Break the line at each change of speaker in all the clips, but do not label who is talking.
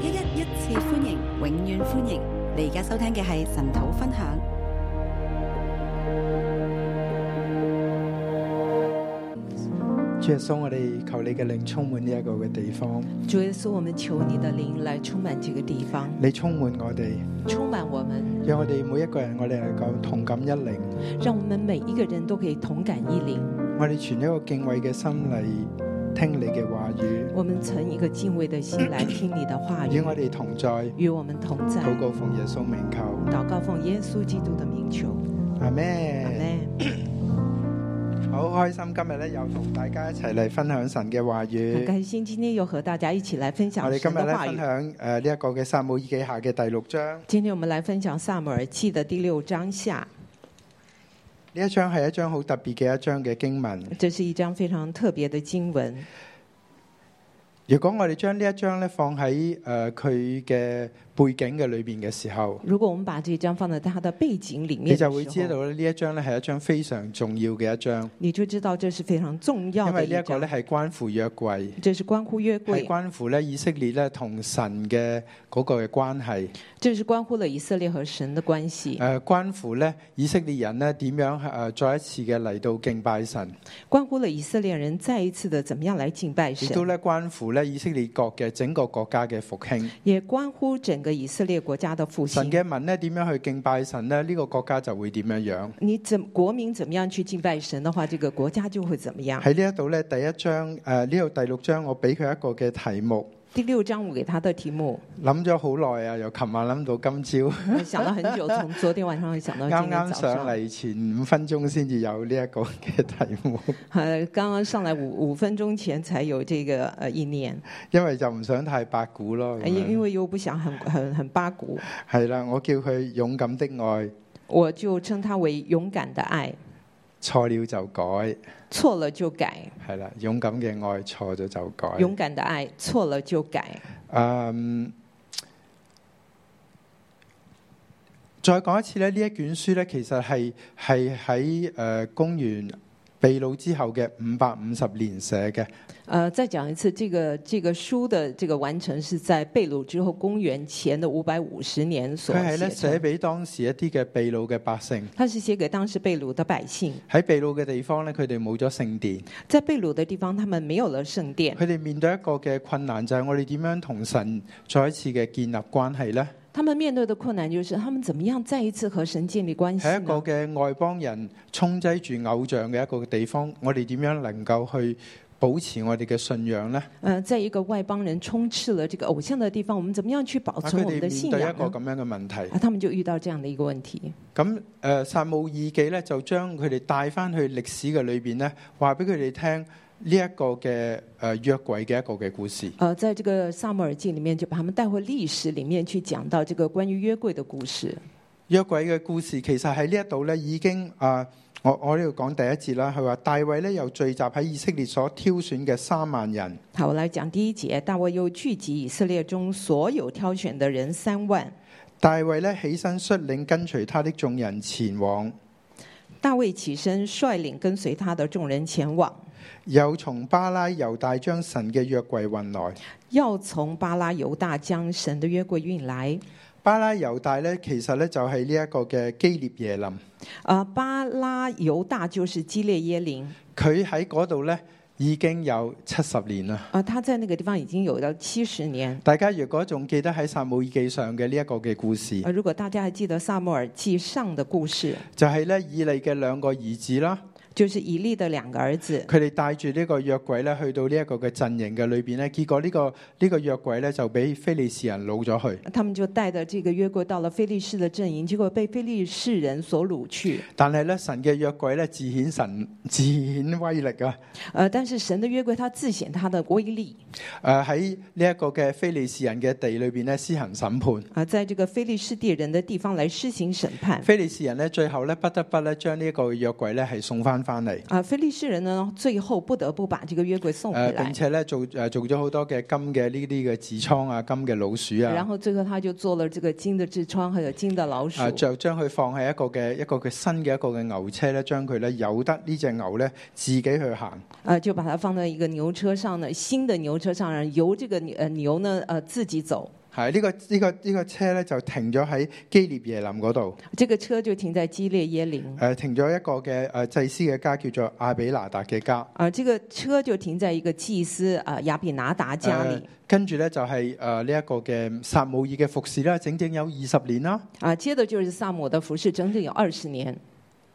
一一一次歡迎，永遠歡迎！你而家收聽嘅係神土分享。
主耶穌，我哋求你嘅靈充滿呢一個嘅地方，
主耶穌，我们求你的灵来充满这个地方，
你充滿我哋，
充满我们，
讓我哋每一個人，我哋能夠同感一靈，
让我们每一个人都可以同感一灵。
我哋存一個敬畏嘅心嚟聽你嘅話語，
我们存一个敬畏的心来听你的话
與
语，
我哋同在，
与我们同在。
禱告奉耶穌名求，
祷告奉耶稣基督的名求，
阿
阿
咩？
门。
好開心今日咧，又同大家一齊嚟分享神嘅話
很
語。
开心今天又和大家一起来分
我
享
哋今
神
日咧
的话
分
语。
享呃诶呢一個嘅撒母耳記下嘅第六章，
今天我们来分享萨姆耳记的第六章下，
呢一章係一章好特別嘅一章嘅經文。
这是一章非常特别的经文。
如果我哋將呢一章咧放喺誒佢嘅背景嘅裏邊嘅時候，
如果我们把这一章放在它的背景里面
你
的
就會
时
知
候，
道咧呢一章咧係一章非常重要嘅一章，
你就知道这是非常重要
因
的
為
一
呢一個
章
咧。係關乎約櫃，
这是关乎约
係
柜，
關乎咧以色列咧同神嘅嗰個嘅關係，
这是关乎了以色列和神的关系，
誒關呃乎咧以色列人咧點樣誒呃再一次嘅嚟到敬拜神，
关乎了以色列人再一次的怎么样来敬拜
亦都
神，
咧關乎咧以色列國嘅整個國家嘅復興。
也关乎整个以色列国家的复
神
兴。
嘅民咧點樣去敬拜神咧？呢、個國家就會點樣樣。
你怎国民怎么样去敬拜神的话，这个国家就会怎么样。
喺呢一度咧，第一章誒呢度第六章，我俾佢一個嘅題目，
第六章我给他的 题目，
諗咗好耐啊，由琴晚諗到今朝，
我想了很久，从昨天晚上想到今
啱
天
啱
早
上
上，
嚟前五分鐘先至有呢一個嘅題目，
呃， 刚刚上来五五分钟前才有这个呃意念，
因為就唔想太八股咯。咁
因
樣
因为又不想很很很八股，
係啦，我叫佢勇敢的愛，
我就称它为勇敢的爱，
錯了就改，
错了就改。
係啦，勇敢嘅愛錯咗就改。
勇敢的爱，错了就改。
嗯，再講一次咧，呢一卷書咧，其實係係喺誒公元秘魯之後嘅五百五十年寫嘅。
呃，再讲一次，这个这个书的这个完成是在被掳之后，公元前的五百五十年所
佢係咧
写
寫
的。
俾當時一啲嘅秘魯嘅百姓。
它是写给当时被掳的百姓，
喺秘魯嘅地方咧，佢哋冇咗聖殿，
在被掳的地方，他们没有了圣殿，
佢哋面對一個嘅困難就係我哋點樣同神再一次嘅建立關係呢？
他们面对的困难就是他们怎么样再一次和神建立关系
喺一個
呢？
嘅外邦人充擠住偶像嘅一個地方，我哋點樣能夠去保持我哋嘅信仰呢？
呃，在一个外邦人充斥了这个偶像的地方，我们怎么样去保
啊
存
佢
我们
哋
的
面
信
對一
仰
個
呢？
咁樣嘅問題，
啊，他们就遇到这样的一个问题。
咁誒撒母耳記咧就將佢哋帶翻去歷史嘅裏邊咧，話俾佢哋聽呢一個嘅誒約櫃嘅一個嘅故事。
呃，在这个萨母耳记里面，就把他们带回历史里面去讲到这个关于约柜的故事。
約櫃嘅故事其實喺呢一度咧已經啊、我我呢度講第一節啦，佢話大衛咧又聚集喺以色列所挑選嘅三萬人，
好，我来讲第一节，大卫又聚集以色列中所有挑选的人三万。
大衛咧起身率領跟隨他的眾人前往，
大卫起身，率领跟随他的众人前往，
又從巴拉猶大將神嘅約櫃運來。
要从巴拉犹大将神的约柜运来。
巴拉猶大咧其實咧就係呢一個嘅基列耶林。
啊，巴拉犹大就是基列耶林，
佢喺嗰度呢已經有七十年啦。
啊，他在那个地方已经有了七十年。
大家如果仲記得喺撒母耳記上嘅呢一個嘅故事，
啊，如果大家还记得萨母耳记上的故事，
就係呢以利嘅兩個兒子啦，
就是以利的两个儿子，
佢哋帶住呢個約櫃呢去到呢一個嘅陣營嘅裏邊呢，結果呢、個呢、個約櫃呢就俾非利士人攞咗去。
他们就带着这个约柜到了非利士的阵营，结果被非利士人所掳去。
但係呢，神嘅約櫃呢自顯神 自顯威力啊！
呃，但是神的约柜它自显它的威力，
誒呃喺呢一個嘅非利士人嘅地裏邊呢施行審判。
啊，在这个非利士地人的地方来施行审判。
非利士人呢最後呢不得不呢將呢一個約櫃呢係送翻翻嚟。
啊，非利士人呢，最后不得不把这个约柜送回
誒
来
並，呃且咧做誒做咗好多嘅金嘅呢啲嘅痔瘡啊、金嘅老鼠
嗯然
啊，
后最后他就做了这个金的痔疮，还有金的老鼠
啊，就將佢放喺一個嘅一個嘅新嘅一個嘅牛車咧，將佢咧由得呢只牛咧自己去行，
啊，就把它放在一个牛车上呢，新的牛车上，然后由这个牛呃牛呢呃自己走，
係呢個呢個呢個車咧就停咗喺基列耶林嗰度，
这个车就停在基列耶林，
誒停咗一個嘅誒祭司嘅家叫做阿比拿達嘅家。
啊，这个车就停在一个祭司啊亚比拿达家
誒
里，
跟住咧就係誒呢一個嘅撒姆耳嘅服侍啦，整整有二十年啦，
啊，接着就是萨姆的服饰，整整有二十年，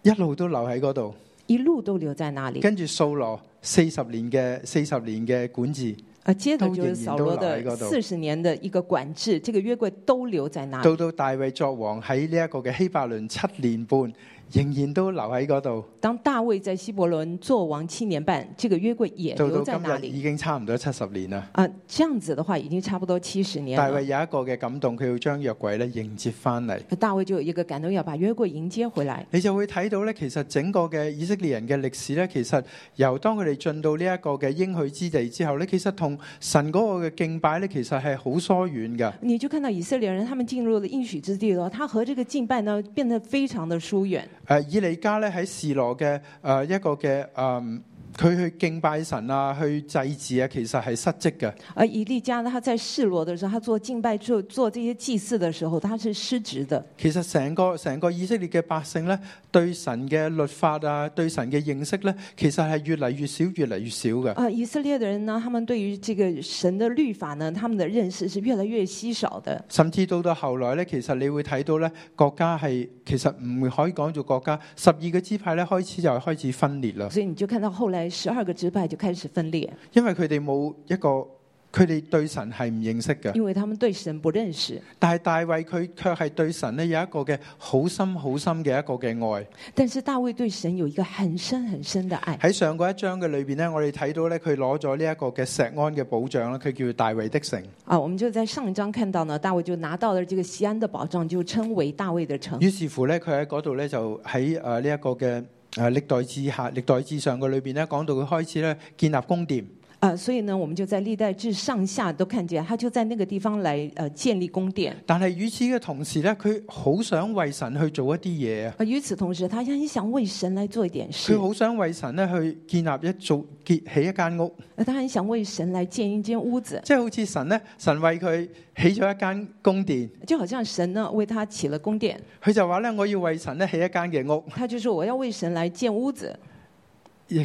一路都留喺嗰度。
一路都留在那里。
跟住掃羅四十年嘅四十年嘅管治，
啊，接着
都
就
仍
是
然
扫
都
罗
留喺
的
嗰度
四十年的一个管制，这个约柜都留在那里。
到到大衛作王喺呢一個嘅希伯倫七年半，仍然都留喺嗰度。
当大卫在希伯伦做王七年半，这个约柜也
到
留
到
在那
今日
里。
已經差唔多七十年啦。
啊，这样子的话，已经差不多七十年
大衛
了。
有一個嘅感動，佢要將約櫃咧迎接翻嚟。
大卫就有一个感动，要把约柜迎接回来。
你就會睇到咧，其實整個嘅以色列人嘅歷史咧，其實由當佢哋進到呢一個嘅應許之地之後咧，其實同神嗰個嘅敬拜咧，其實係好疏遠噶。
你就看到以色列人他们进入了应许之地了，他和这个敬拜呢变得非常的疏远。
诶、呃以利家咧喺示羅嘅诶、呃一個嘅诶，嗯佢、去敬拜神啊，去祭祀啊，其實係失職嘅。
而以利家呢，他在示罗的时候，他做敬拜做做这些祭祀的时候，他是失职的。
其實成個成個以色列嘅百姓咧，對神嘅律法啊，對神嘅認識咧，其實係越嚟越少，越嚟越少嘅。
呃，以色列的人呢，他们对于这个神的律法呢，他们的认识是越来越稀少的。
甚至到到後來咧，其實你會睇到咧，國家係其實唔可以講做國家，十二個支派咧開始就開始分裂啦，
所以你就看到后来十二个支派就开始分裂，
因為佢哋冇一個，佢哋對神係唔認識嘅。
因为他们对神不认识。
但係大衛佢卻係對神咧有一個嘅好深好深嘅一個嘅愛。
但是大卫对神有一个很深很深的爱。
喺上嗰一章嘅裏邊咧，我哋睇到咧佢攞咗呢一個嘅石安嘅保障啦，佢叫大衛的城。
啊，我们就在上一章看到呢，大卫就拿到了这个西安的保障，就称为大卫的城。
於是乎咧，佢喺嗰度咧就喺誒呢一個嘅啊誒歷代志下、歷代志上嘅裏邊咧，講到佢開始咧建立宮殿。
啊，所以呢，我们就在历代志上下都看见，他就在那个地方来呃建立宫殿。
但係與此嘅同時咧，佢好想為神去做一啲嘢啊！
啊，与此同时，他很想为神来做一点事
佢，好想為神咧去建立一做結起一間屋，
呃他很想为神来建一间屋子，
即係好似神咧，神為佢起咗一間宮殿，
就好像神呢为他起了宫殿，
佢就話咧，我要為神咧起一間嘅屋，
他就说我要为神来建屋子，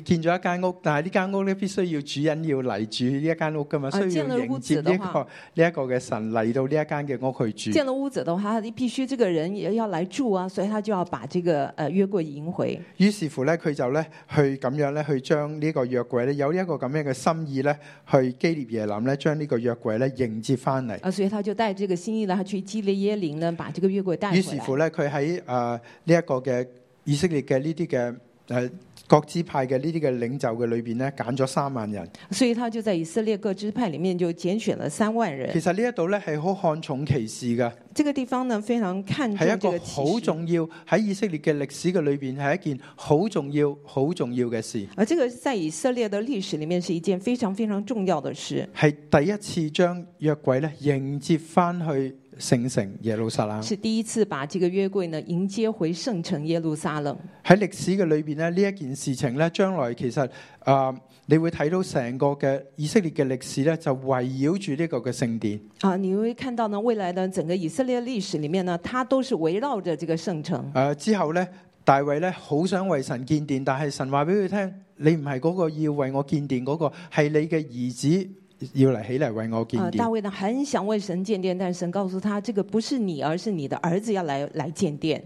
建咗一間屋，但係呢間屋咧必須要主人要嚟住呢一間屋噶嘛，
啊
需
建
要
咗屋
迎
子
接呢、一
嘅
個
話
呢一個嘅神嚟到呢一間嘅屋去住。
建了屋子的话，他必须这个人也要来住啊，所以他就要把这个呃约柜迎回。
於是乎咧，佢就咧去咁樣咧，去將呢個約櫃咧有呢一個咁樣嘅心意咧，去基列耶林咧，將呢個約櫃咧迎接翻嚟。
啊，所以他就带这个心意呢，他去基列耶林呢，把这个约柜带
於
回
是
来。
乎咧，佢喺誒呃呢一個嘅以色列嘅呢啲嘅誒各支派嘅呢啲嘅領袖嘅裏邊咧，揀咗三萬人。
所以他就在以色列各支派里面就拣选了三万人
其。實呢一度咧係好看重其事嘅，
这个地方呢，非常看嗯
係
重
一
这
個
个启
好
示。
重要喺以色列嘅歷史嘅裏邊係一件好重要、好重要嘅事，
呃而这个在以色列的历史里面是一件非常非常重要的事，
係第一次將約櫃咧迎接翻去聖城耶路撒冷。
是第一次把这个约柜呢迎接回圣城耶路撒冷。
喺歷史嘅裏邊咧，呢一件事情咧，將來其實啊、你會睇到成個嘅以色列嘅歷史咧，就圍繞住呢個嘅聖殿。
啊，你会看到呢，未来的整个以色列历史里面呢，它都是围绕着这个圣城。
诶、啊之後咧，大衛咧好想為神建殿，但係神話俾佢聽：你唔係嗰個要為我建殿嗰、個，係你嘅兒子要嚟起嚟為我
啊，
建殿
大。卫呢很想为神建殿，但神告诉他，这个不是你，而是你的儿子要来来建殿。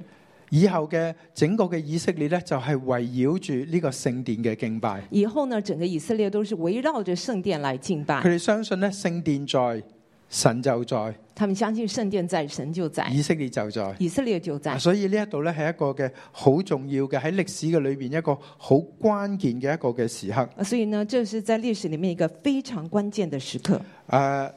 以後嘅整個嘅以色列咧，就係圍繞住呢個聖殿嘅敬拜。
以后呢，整个以色列都是围绕着圣殿来敬
佢
拜，
哋相信咧，聖殿在，神就在，
他们相信圣殿在，神就在，
以色列就在。
以色列就在。
所以呢一度咧係一個嘅好重要嘅喺歷史嘅裏邊一個好關鍵嘅一個嘅時刻。
啊所以呢，这是在历史里面一个非常关键的时刻。
誒、啊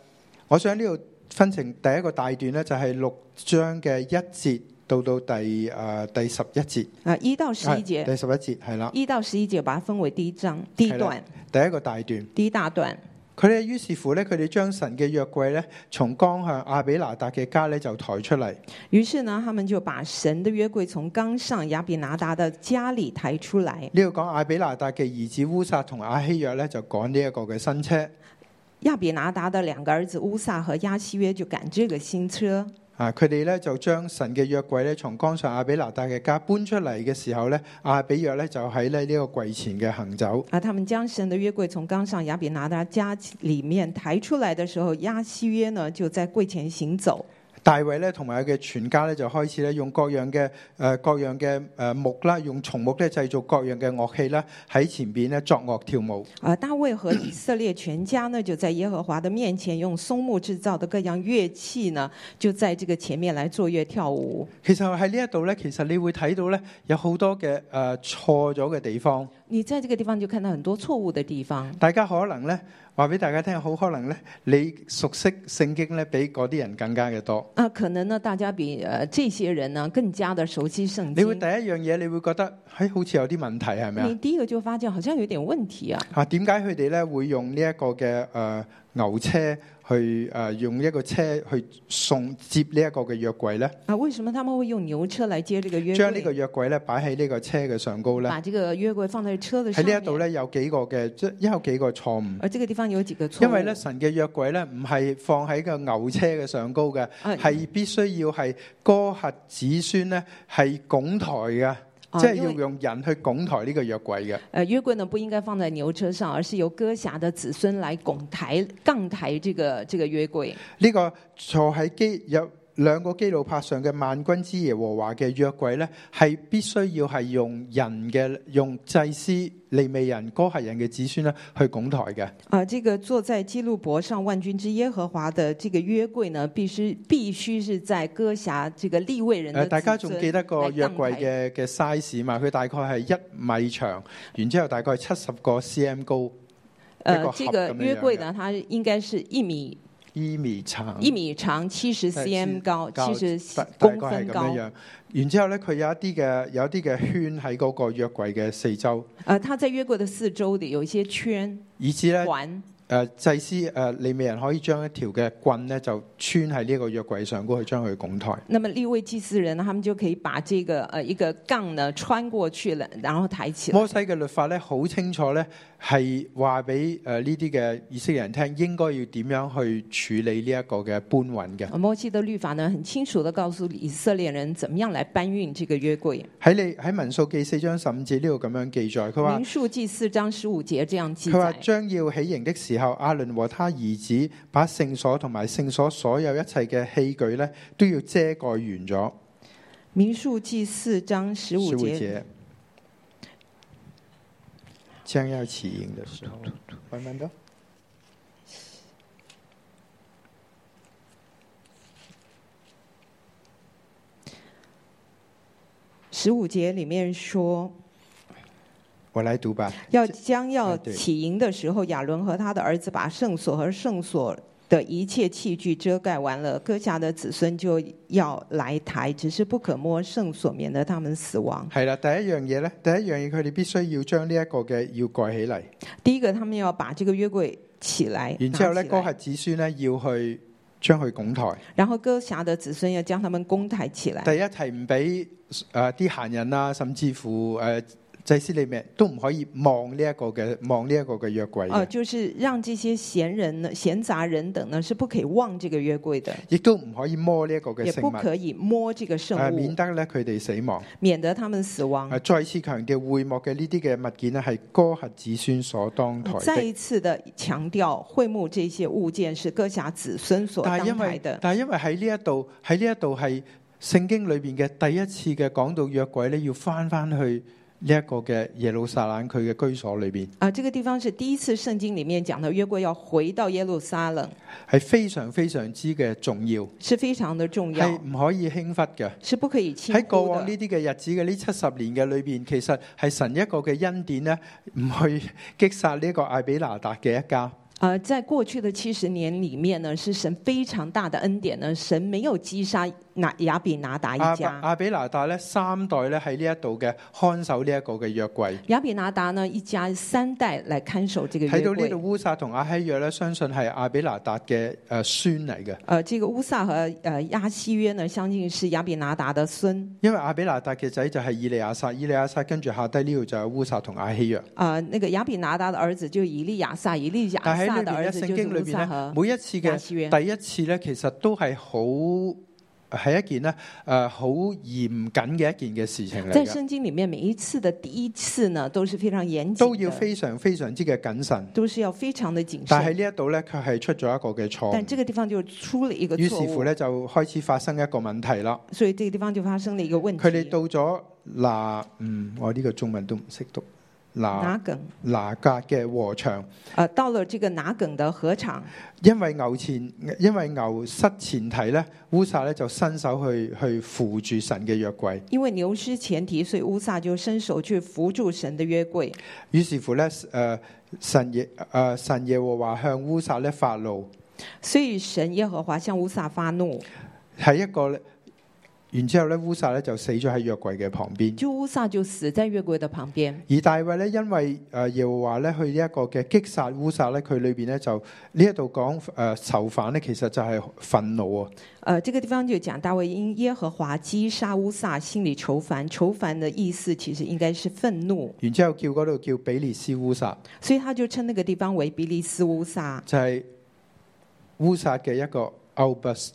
我想呢度分成第一個大段咧，就係六章嘅一節到到第誒、第十一節，
啊，一到十一
係
节，
第十一節係啦，
一到十一节把它分为第一章、第一段、
第一個大段。
第一大段。
佢咧於是乎咧，佢哋將神嘅約櫃咧，從江向亞比拿達嘅家咧就抬出嚟。
于是呢，他们就把神的约柜从冈上亚比拿达的家里抬出来。
呢度講亞比拿達嘅兒子烏撒同亞希約咧就趕呢一個嘅新車。
亚比拿达的两个儿子乌萨和亚西约就赶这个新车，
啊，佢哋咧就將神嘅約櫃咧從江上亞比拿達嘅家搬出嚟嘅時候咧，亞比約咧就喺咧呢個櫃前嘅行走。
啊而他们将神的约柜从冈上亚比拿达家里面抬出来的时候，亚西约呢就在柜前行走。
大衛咧同埋佢嘅全家咧就開始咧用各樣嘅誒、呃各樣嘅誒木啦，用松木咧製造各樣嘅樂器啦，喺前邊咧作樂跳舞。
啊，大卫和以色列全家呢，就在耶和华的面前用松木制造的各样乐器呢，就在这个前面来奏乐跳舞。
其實喺呢一度咧，其實你會睇到咧有好多嘅誒、呃、錯咗嘅地方。
你在这个地方就看到很多错误的地方。
大家可能咧話俾大家聽，好可能咧你熟悉聖經咧比嗰啲人更加嘅多。
啊，可能呢，大家比呃这些人呢更加的熟悉圣
你會
经
第。一樣嘢，你會覺得，嘿，好似有啲問題係咪
你
啊？
第一个就发现好像有点问题啊，
啊，點解佢哋咧會用呢一個嘅誒牛車去誒、呃用一個車去送接呢一個嘅約櫃咧？
啊，为什么他们会用牛车来接这个约
將呢個
柜？
約櫃咧擺喺呢個車嘅上高咧？
把这个约柜放在车的
喺
上
呢一度
面。
咧有幾個嘅，即有幾個錯誤。
而这个地方有幾個錯
因為咧，
誤，
神嘅約櫃咧唔係放喺個牛車嘅上高嘅，
啊
係必須要係哥核子孫咧係拱抬嘅，
啊
即係
因
要
為
用人去拱抬呢個約櫃嘅。
呃，约柜呢不应该放在牛车上，而是由歌侠的子孙来拱抬、杠抬这个这个约柜。
呢、個坐喺基有兩個基路柏上嘅萬軍之耶和華嘅約櫃咧，係必須要係用人嘅用祭司利未人哥核人嘅子孫咧去拱抬嘅。
啊、这个坐在基路伯上万军之耶和华的这个约柜呢，必须必须是在歌侠这个立位人
誒，
的
呃大家
子
仲
孙。
記得個約櫃
嚟
嘅嘅 size 嘛？佢大概係一米長，然之後大概七十個 cm 高，一個
呃，
盒
这个
咁樣
约柜
嘅
呢，它应该是一米
一米長，
一米长，哎七十
但
cm 高，
高
七
大
十
大
公
概係
分
咁
高
樣。樣。然之後咧，佢有一啲嘅有一啲嘅圈喺嗰個約櫃嘅四周，
呃，它在约柜的四周里有一些 圈
以至咧
环。
誒呃祭司誒利未人可以將一條嘅棍咧就穿喺呢個約櫃上高去將佢拱抬。
那么立位祭司人呢，他们就可以把这个呃一个杠呢穿过去了，然后抬起来。
摩西嘅律法咧好清楚咧係話俾誒呢啲嘅以色列人聽應該要點樣去處理呢一個嘅搬運嘅。
呃摩西的律法呢，很清楚的告诉以色列人怎么样来搬运这个约柜。
喺你喺民數記四章十五節呢度咁樣記載，佢話
民数记四章十五节这样记
佢話
载。
將要起營的時候，阿倫和他兒子把聖所同埋聖所所有一切嘅器具咧都要遮蓋完咗。
民数记四章十五
15節
节，
將要起營的時候，揾唔揾到？
十五节里面说，
我來讀吧。
要将要
啊对
起营的时候，亚伦和他的儿子把圣所和圣所的一切器具遮盖完了，割下的子孙就要来抬，只是不可摸圣所，免得他们死亡。
係啦，第一樣嘢咧，第一樣嘢佢哋必須要將呢一個嘅要蓋起嚟，
第一个，他们要把这个约柜起来，
然之後咧，
拿起
哥
来
核子孫咧要去將佢拱台。
然后歌侠的子孙要将他们公抬起来。
第一係唔俾誒啲閒人啊，甚至乎誒、呃祭司裏面都唔可以望呢一個嘅望呢一個嘅約櫃
哦，
嘅，
就是让这些闲人呢、闲杂人等呢，是不可以望这个约柜的，
亦都唔可以摸呢一個嘅
也
聖
不
物。
可以摸这个圣
呃
物，
免得咧佢哋死亡。
免得他们死亡。
呃再次強調會幕嘅呢啲嘅物件咧，係哥核子孫所當台
呃再
的。
一次的强调，会幕这些物件是歌侠子孙所
但係
当
因
台
為
的。
但係因為喺呢一度喺呢一度係聖經裏邊嘅第一次嘅講到約櫃咧，要翻翻去呢一個嘅耶路撒冷佢嘅居所裏邊，
啊，这个地方是第一次圣经里面讲的约柜要回到耶路撒冷，
係非常非常之嘅重要，
是非常的重
係
要，
唔可以輕忽嘅。
是不可以轻
喺過
忽
往
的
呢。啲嘅日子嘅呢七十年嘅裏邊，其實係神一個嘅恩典咧，唔去擊殺呢個艾比拿達嘅一家。
呃，在过去的七十年里面呢，是神非常大的恩典呢，神没有击杀拿雅比拿达
阿
一
伯
家。
阿比拿達咧三代咧喺呢一度嘅看守呢一個嘅約櫃。
雅比拿达呢一家三代来看守这个
睇
约
到呢度
柜。
烏撒同阿希約咧，相信係阿比拿達嘅诶孫嚟嘅，
呃，这个乌萨和呃亚西约呢，相信是雅比拿达的孙。
因為阿比拿達嘅仔就係以利亞撒，以利亞撒跟住下低呢度就係烏撒同阿希約。
呃，那个雅比拿达的儿子就是以利亚撒，以利亚
但喺
撒
呢
的
邊咧，
儿子
聖
就是
經裏
乌
边
萨
咧
和，
每一次
亚
嘅
西约。
第一次咧，其實都係好係一件咧诶好嚴謹嘅一件嘅事情嚟
在
嘅，
圣经里面，每一次的第一次呢，都是非常严谨
都
的，
要非常非常之嘅謹慎。
都是要非常的谨
但
慎。
喺呢一度咧，佢係出咗一個嘅錯
但
誤，
这個地方就出了一個
於是
錯
乎
誤，
咧就開始發生一個問題啦。
所以這個地方就發生了一個問
佢哋
題。
到咗嗱，嗯，我呢個中文都唔識讀嗱
拿梗，
拿格嘅禾場，
呃，到了這個拿梗的禾場，
因為牛前，因為牛失前蹄咧，烏撒咧就伸手去去扶住神嘅約櫃，
因為牛失前蹄，所以烏撒就伸手去扶住神的約櫃。
於是乎咧，誒、神耶誒、呃神耶和華向烏撒咧發怒，
所以神耶和華向烏撒發怒，
係一個咧，然之後咧烏撒咧就死咗喺約櫃嘅旁邊。
就烏撒就死在約櫃的旁邊。
而大衛咧，因為誒耶和華咧去呢一個嘅擊殺烏撒咧，佢裏邊咧就呢一度講誒囚犯咧，其實就係憤怒啊。
呃，這個地方就講大衛因耶和華擊殺烏撒，心里愁煩。愁煩的意思其實應該是憤怒，
然之後叫嗰度叫比利斯烏撒，
所以他就稱那個地方為比利斯烏撒。
就係、烏撒嘅一個 outburst，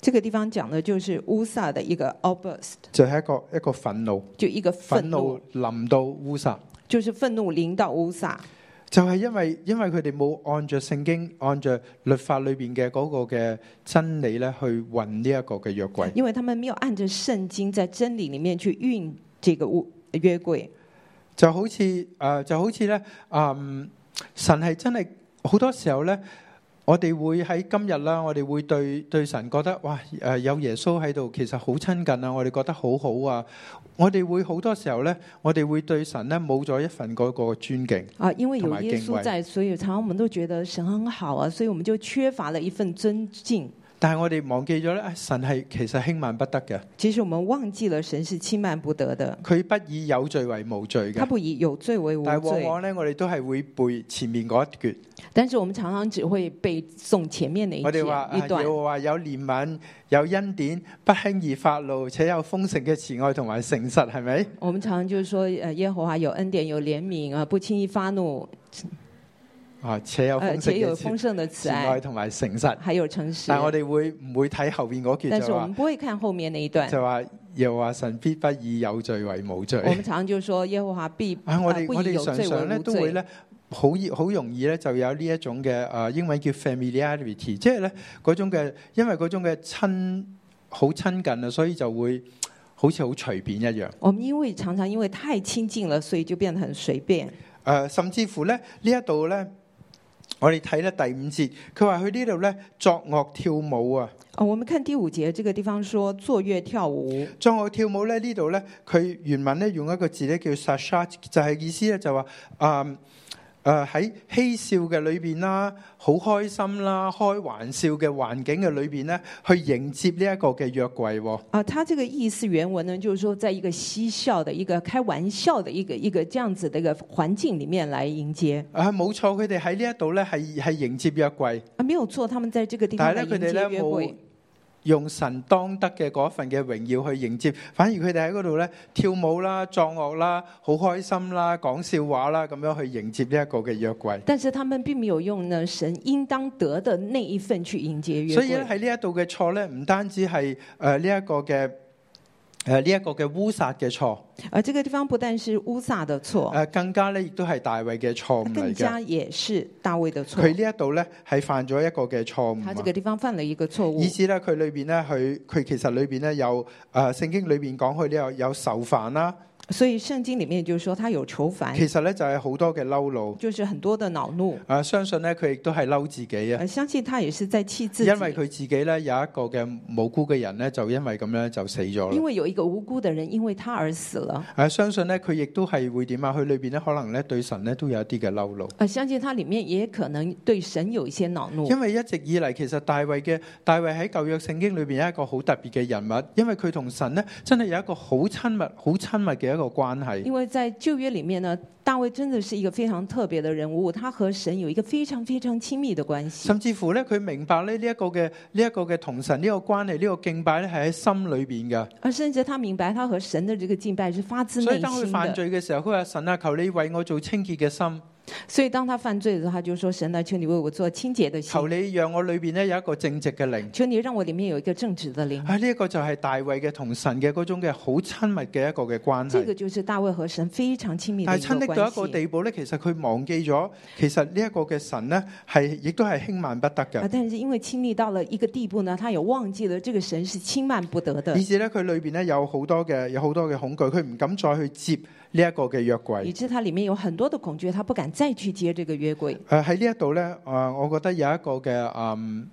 這個地方講的就是烏撒的一個 outburst，
就係一個一個憤怒，
就一個
憤
憤怒
怒臨到烏撒，
就是愤怒临到乌撒，
就係、因為因為佢哋冇按着聖經、按着律法裏邊嘅嗰個嘅真理咧去運呢一個嘅約櫃，
因为他们没有按着圣经在真理里面去运这个物约柜，
就好似誒、呃就好似咧，嗯，神係真係好多時候咧。我哋會喺今日啦，我哋會對對神覺得哇誒、呃有耶穌喺度，其實好親近啊！我哋覺得好好啊！我哋會好多時候咧，我哋會對神咧冇咗一份嗰個尊敬，
啊，因为
同
有
埋
耶
敬
稣
畏
在，所以常常我们都觉得神很好啊，所以我们就缺乏了一份尊敬。
但係我哋忘記咗咧，啊神係其實輕慢不得嘅，
其实我们忘记了神是轻慢不得的，
佢不以有罪為無罪
他
嘅。
不以有罪为无
但係往
罪，
往咧，我哋都係會背前面嗰一橛，
但是我们常常只会背诵前面的一
我哋
节
話啊
一段
耶。和華有憐憫，有恩典，不輕易發怒，且有豐盛嘅慈愛同埋誠實，係咪？
我们常常就是说，呃，耶和華有恩典，有憐憫啊，不轻易发怒，
啊，且有
呃，
豐盛
且
嘅
有
慈
丰盛的
慈
慈
愛
愛，
同埋誠實。
还有诚实。
但我哋會唔會睇後边嗰
但
橛
是
就
我
話
们不会看后面那一段。
就話又話神必不以有罪為無罪
我。们常常就说耶和华必
啊！我
呃
哋
不
我
以
哋
有
常
罪
常
为
咧
无
都會
罪。
咧好易好容易咧就有呢一種嘅诶、呃英文叫 familiarity，即係咧嗰種嘅因為嗰種嘅親好親近啊，所以就會好似好隨便一樣。
我们因为常常因为太亲近了，所以就变得很随便。
誒、呃甚至乎咧呢一度咧，我哋睇咧第五節，佢話佢呢度咧作樂跳舞啊，
啊，我们看第五节这个地方说坐月跳舞，
作樂跳舞咧呢度咧，佢原文咧用一個字咧叫 sasha，就係意思咧就話啊。誒喺嬉笑嘅裏邊啦，好開心啦，開玩笑嘅環境嘅裏邊咧，去迎接呢一個嘅約櫃喎。
啊，它这个意思原文呢，就是说在一个嬉笑的一个开玩笑的一个一个这样子的一个环境里面来迎接
啊，冇錯，佢哋喺呢一度咧係係迎接約櫃，
啊，没有错，他们在这个地方
但
来
係
迎接
咧佢哋
约
咧
柜
冇。用神當得嘅嗰份嘅榮耀去迎接，反而佢哋喺嗰度咧跳舞啦、作樂啦、好開心啦、講笑話啦，咁樣去迎接呢一個嘅約櫃。
但是他们并没有用呢神应当得的那一份去迎接约
所以咧
柜，
喺呢一度嘅錯咧，唔單止係誒呢一個嘅呃誒呢一個嘅烏撒嘅錯，
而这个地方不但是乌撒的
誒、
错，
更加咧亦都係大衛嘅錯誤
更
嚟嘅。
加也是大卫的错。
佢呢一度咧係犯咗一個嘅錯誤
他
啊
这。个地方犯了一个错误
意，思咧，佢裏邊咧，佢佢其實裏邊咧有誒、呃、聖經裏邊講佢呢有有愁煩啦，
所以圣经里面就说他有愁烦，
其實咧就係好多嘅嬲怒，
就是很多的恼怒。
啊相信咧佢亦都係嬲自己啊，
呃，相信他也是在气自己，
因為佢自己咧有一個嘅無辜嘅人咧就因為咁咧就死咗
因
啦。
为有一个无辜的人因为他而死了。
啊相信咧佢亦都係會點啊？佢裏边咧可能咧對神咧都有一啲嘅嬲怒。
呃，相信他里面也可能对神有一些恼怒，
因為一直以嚟，其實大衛嘅大衛喺舊約聖經裏边有一個好特別嘅人物，因為佢同神咧真係有一個好親密、好親密嘅一個關係。
因为在旧约里面呢，大卫真的是一个非常特别的人物，他和神有一个非常非常亲密的关系。
甚至乎咧，佢明白咧呢一個嘅呢一個嘅同神呢個關係、呢、個敬拜咧係喺心裏边噶。
而甚至他明白，他和神的这个敬拜是发自
所
内
以當佢
心
犯
的。
罪嘅時候，佢話神啊，求你為我做清潔嘅心，
所以当他犯罪的时候，他就说：“神啊，求你为我做清洁的心
求，你讓我裏边咧有一個正直嘅靈。
求你让我里面有一个正直的灵。
啊，呢、一個就係大衛嘅同神嘅嗰種嘅好親密嘅一個嘅關”
这
係。
个就是大卫和神非常亲密的
但
一
係親
个
昵到
关
一個
系。
地步咧，其實佢忘記咗，其實呢一個嘅神咧係亦都係輕慢不得
啊
嘅，，
但是因为亲密到了一个地步呢，他也忘记了这个神是轻慢不得的
以，至咧佢裏边咧有好多嘅有好多嘅恐懼，佢唔敢再去接呢一個嘅約櫃。
以致他里面有很多的恐惧，他不敢再去接这个约柜。
诶啊喺呢一度咧，诶、我覺得有一個嘅嗯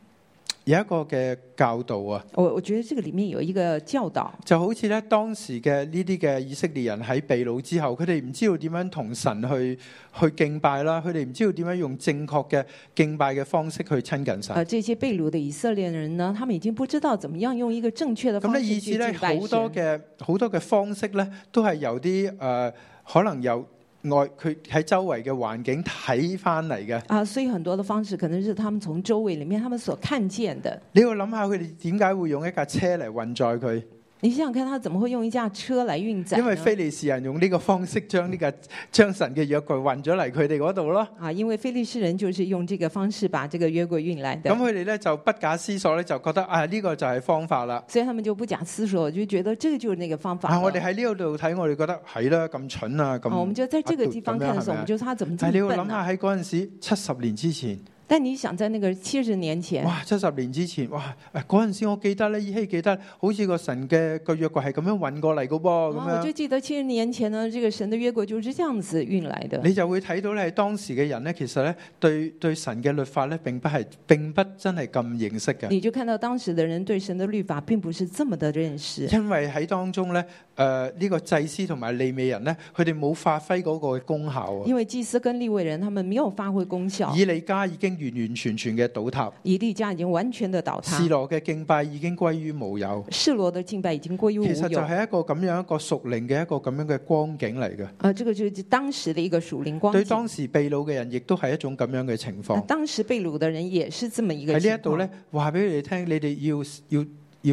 有一個嘅教導啊，
我我觉得这个里面有一个教导，
就好似咧當時嘅呢啲嘅以色列人喺被掳之後，佢哋唔知道點樣同神去去敬拜啦，佢哋唔知道點樣用正確嘅敬拜嘅方式去親近神。
呃，这些被掳的以色列人呢，他们已经不知道怎么样用一个正确的
咁
方
咧，
式
以
去
致咧
敬拜
好多
神。
嘅好多嘅方式咧，都係由啲誒、呃可能由外佢喺周圍嘅環境睇翻嚟嘅。
啊，所以很多的方式可能是他们从周围里面他们所看见的。
你要諗下佢哋點解會用一架車嚟運載佢？
你想想看，他怎么会用一架车来运载呢？
因為非利士人用呢個方式將呢架將神嘅約櫃運咗嚟佢哋嗰度咯。
啊，因为非利士人就是用这个方式把这个约柜运来
咁
的，
佢哋咧就不假思索咧，就覺得啊呢、個就係方法啦。
所以他们就不假思索，就觉得这个就是那个方法了。
啊，我哋喺呢度睇，我哋覺得係啦，咁蠢啊，
啊我们
咁。
就在这个地方看的时
啊对
候，我们就说他怎么这
但係你要
么
諗
笨啊？
下喺嗰陣時，七十年之前。
但你想在那个七十年前，
哇！七十年之前，哇！誒嗰陣時我記得咧，依稀記得，好似個神嘅個約櫃係咁樣運過嚟嘅噃，
啊，我
咁
就
樣
记得七十年前呢，这个神的约柜就是这样子运来的。
你就會睇到咧，當時嘅人咧，其實咧對對神嘅律法咧，並不係並不真係咁認識嘅，
你就看到当时的人对神的律法并不是这么的认识，
因為喺當中咧，誒呢個祭司同埋利美人咧，佢哋冇發揮嗰個功效
因为祭司跟立位人他们没有发挥功效
啊，，以利家已經完完全全嘅倒塌，
以利家已经完全的倒塌
示，羅嘅敬拜已經歸於無有，
示罗的敬拜已经归于
其實就
无有。
係一個咁樣一個屬靈嘅一個咁樣嘅光景嚟嘅。
呃，这个就是当时的一个属灵光
對
景。
當時被掳嘅人，亦都係一種咁樣嘅情
那
況。
当时被掳的人也是这么一个
喺呢一
情
度
况
咧，話俾你哋聽，你哋要要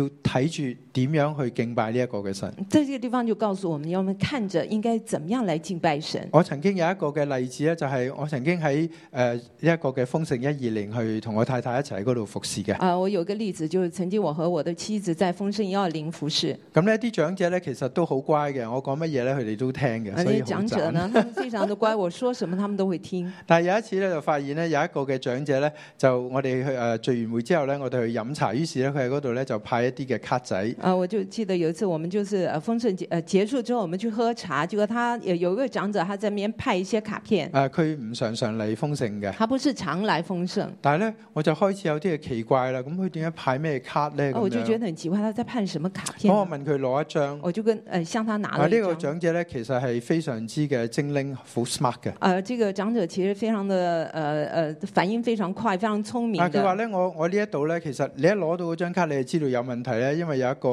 要睇住點樣去敬拜呢一個嘅神。
在这个地方就告诉我们，要我们看着应该怎么样来敬拜神。
我曾經有一個嘅例子咧，就係我曾經喺誒一個嘅豐盛一二年去同我太太一齊喺嗰度服侍嘅。
啊、我有个例子，就是曾经我和我的妻子在丰盛幺二零服侍，
咁呢啲長者咧其實都好乖嘅，我講乜嘢咧佢哋都聽嘅，
啊，
所
那
以
些
好
讲者
賺。
呢，他们非常的乖，我说什么他们都会听。
但係有一次咧就發現咧有一個嘅長者咧，就我哋去誒聚完會之後咧，我哋去飲茶，於是咧佢喺嗰度咧就派一啲嘅卡仔。
啊，我就记得有一次我们就是呃丰盛节呃结束之后，我们去喝茶，结果他有有一位长者他在那边派一些卡片，
誒呃佢唔常常嚟豐盛嘅，
他不是常来丰盛，
但係咧我就開始有啲嘅奇怪啦。咁佢點解派咩卡咧？
啊，
咁
我就
樣
觉得很奇怪，他在派什么卡片
咁我問
呢？
佢攞一張，
我就跟呃向他拿
啊
了
呢
一
個
张。
長者咧其實係非常之嘅精靈，好 smart 嘅。
呃，这个长者其实非常的呃呃反应非常快，非常聪明
啊佢話
的。
咧我我呢一度咧，其實你一攞到嗰張卡，你就知道有問題咧，因為有一個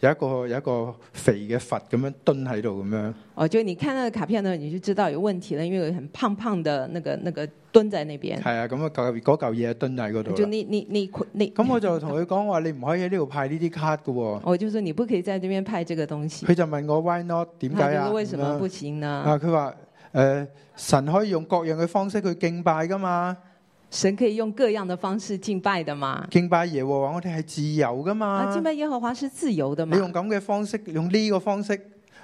有一個有一個肥嘅佛咁樣蹲喺度咁樣。
哦，就你看那个卡片呢，你就知道有问题了，因为有很胖胖的那个那个蹲在那边，
係啊，咁啊嚿嗰嚿嘢蹲喺嗰度
就
啦。
那那那那，
咁我就同佢講話，你唔可以喺呢度派呢啲卡嘅喎。
我哦就说你不可以在这边派这个东西。
佢就問我 why not 點
他
解
就
啊？
说为什
咁
么
樣
不行呢？
啊，佢話诶神可以用各樣嘅方式去敬拜噶嘛，
神可以用各样的方式敬拜的嘛？
敬拜耶和華我哋係自由噶嘛
啊，。敬拜耶和华是自由的
你
嘛
用？咁嘅方式，用呢個方式，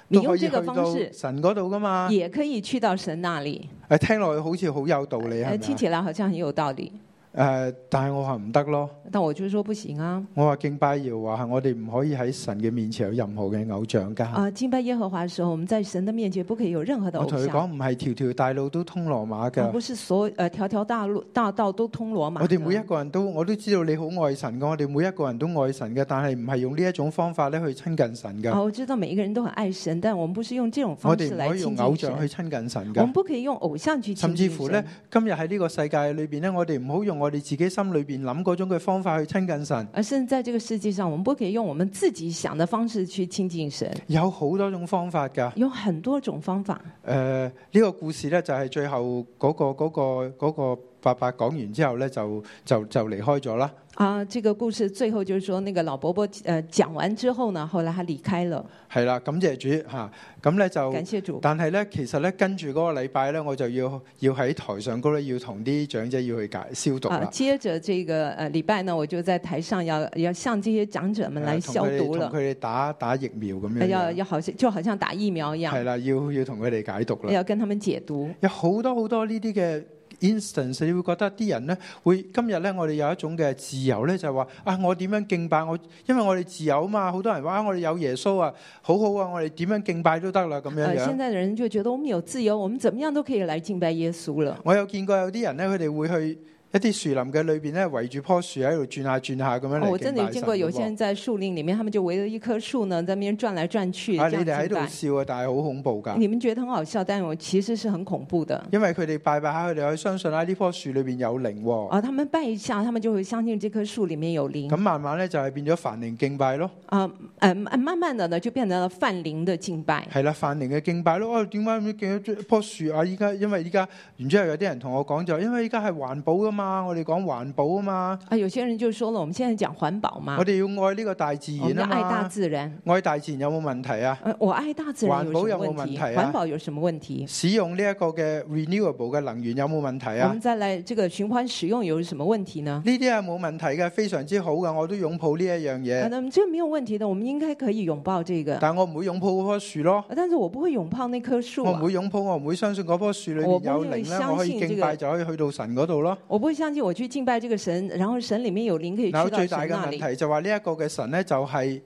你
都可
用
以
这
去
个
到
方式
神嗰度噶嘛？
也可以去到神那里。
誒，聽落去好似好有道理係
呃，
咪
听
啊？
起来好像很有道理。
呃但係我話唔得咯，
但我就说不行啊！
我話敬拜耶和華係我哋唔可以喺神嘅面前有任何嘅偶像㗎。
啊，敬拜耶和华的时候，我们在神的面前不可以有任何的
我
偶
同佢
像，
講唔係條條大路都通羅馬
啊
㗎。
不是所有呃条条大路大道都通罗马
我
的。
哋每一個人都，我都知道你好愛神㗎，我哋每一個人都愛神嘅，但係唔係用呢一種方法咧去親近神㗎。
啊，我知道每一个人都很爱神，但我们不是用这种
我
方
哋
式
唔
来
可以用
亲
偶
近
像
神
去，親近神
我
㗎。
们不可以用偶像去
甚
亲
至
近
乎咧
神。，
今日喺呢個世界裏边咧，我哋唔好用我哋自己心裏边諗嗰種嘅方法去親近神。
而甚至在这个世界上，我们不可以用我们自己想的方式去亲近神，
有好多種方法㗎。
有很多种方法。
诶、呢、個故事咧就係最後嗰、個嗰、個嗰、個伯伯講完之後咧，就就就离开咗啦。
啊，这个故事最后就是说，那个老伯伯呃讲完之后呢，后来他离开了，
係啦，感謝主吓，咁、呢咧就。
感謝主。
但係咧，其實咧跟住嗰個禮拜咧，我就要要喺台上高咧，要同啲長者要去解消毒
啊，
啦，
接着这个呃礼拜呢，我就在台上要要向这些长者们来
誒哎同
消
佢哋
毒
同
了，
佢哋打打疫苗咁
呃要
樣樣，
要好像就好像打疫苗一
係
样，哎
啦，要要同佢哋解毒啦。
要跟他们解毒。
有好多好多呢啲嘅 instance，你會覺得啲人咧會今日咧，我哋有一種嘅自由咧，就係話啊，我點樣敬拜我，因為我哋自由啊嘛，好多人話、啊、我哋有耶穌啊，好好啊，我哋點樣敬拜都得啦咁樣
呃，现
樣。
在的人就觉得我们有自由，我们怎么样都可以来敬拜耶稣了。
我有見過有啲人咧，佢哋會去一啲樹林嘅裏邊咧，圍住棵樹喺度轉下轉下咁樣
哦，我
嚟
真
敬拜神
的有见
嘅
过有些人
喎。
在树林里面，他们就围着一棵树呢，在那边转来转去，
啊，
这
你哋
样
喺
敬
度
拜。
笑啊，但係好恐怖㗎。
你们觉得很好笑，但我其实是很恐怖的。
因為佢哋拜拜下，佢哋可以相信啦，呢棵樹裏邊有靈喎。
啊，他们拜一下，他们就会相信这棵树里面有灵
咁。慢慢咧就係變咗凡靈敬拜咯。
啊，嗯，慢慢的呢，就变成了泛灵的敬拜。
係啦，泛靈嘅敬拜咯。哦，點解咁敬咗一棵樹啊？依家因為依家，然之後有啲人同我講就，因為依家係環保噶嘛，我哋講環保啊嘛，
啊，有些人就说了，我们现在讲环保嘛
我，哋要愛呢個大自
啊我们
然啊
要爱大
嘛。
自然。
愛大自然有冇問題啊？
呃，我爱大自然
环保
有什
有
么
冇
问
问
题？
题啊
环保有什么问题？
使用呢一個嘅 renewable 嘅能源有冇問題
我
啊
们？再来这个循环使用有什么问题呢？
呢啲係冇問題嘅，非常之好嘅，我都擁抱呢一樣
啊，
嘢。
那么这没有问题的，我们应该可以拥抱这个。啊啊
但我唔會擁抱嗰棵樹咯，
但是我不会拥抱那棵树
我唔
啊，
會擁抱，我唔會相信嗰棵樹裏面
我不
有
會
靈咧，
相
我可以
信
敬
這
拜
個
就可以去到神嗰度咯。
我不会相信我去敬拜这个神，然后神里面有灵可以去
嗱，
到
最大
神
嘅
那
問
里。
題就話呢一個嘅神咧，就係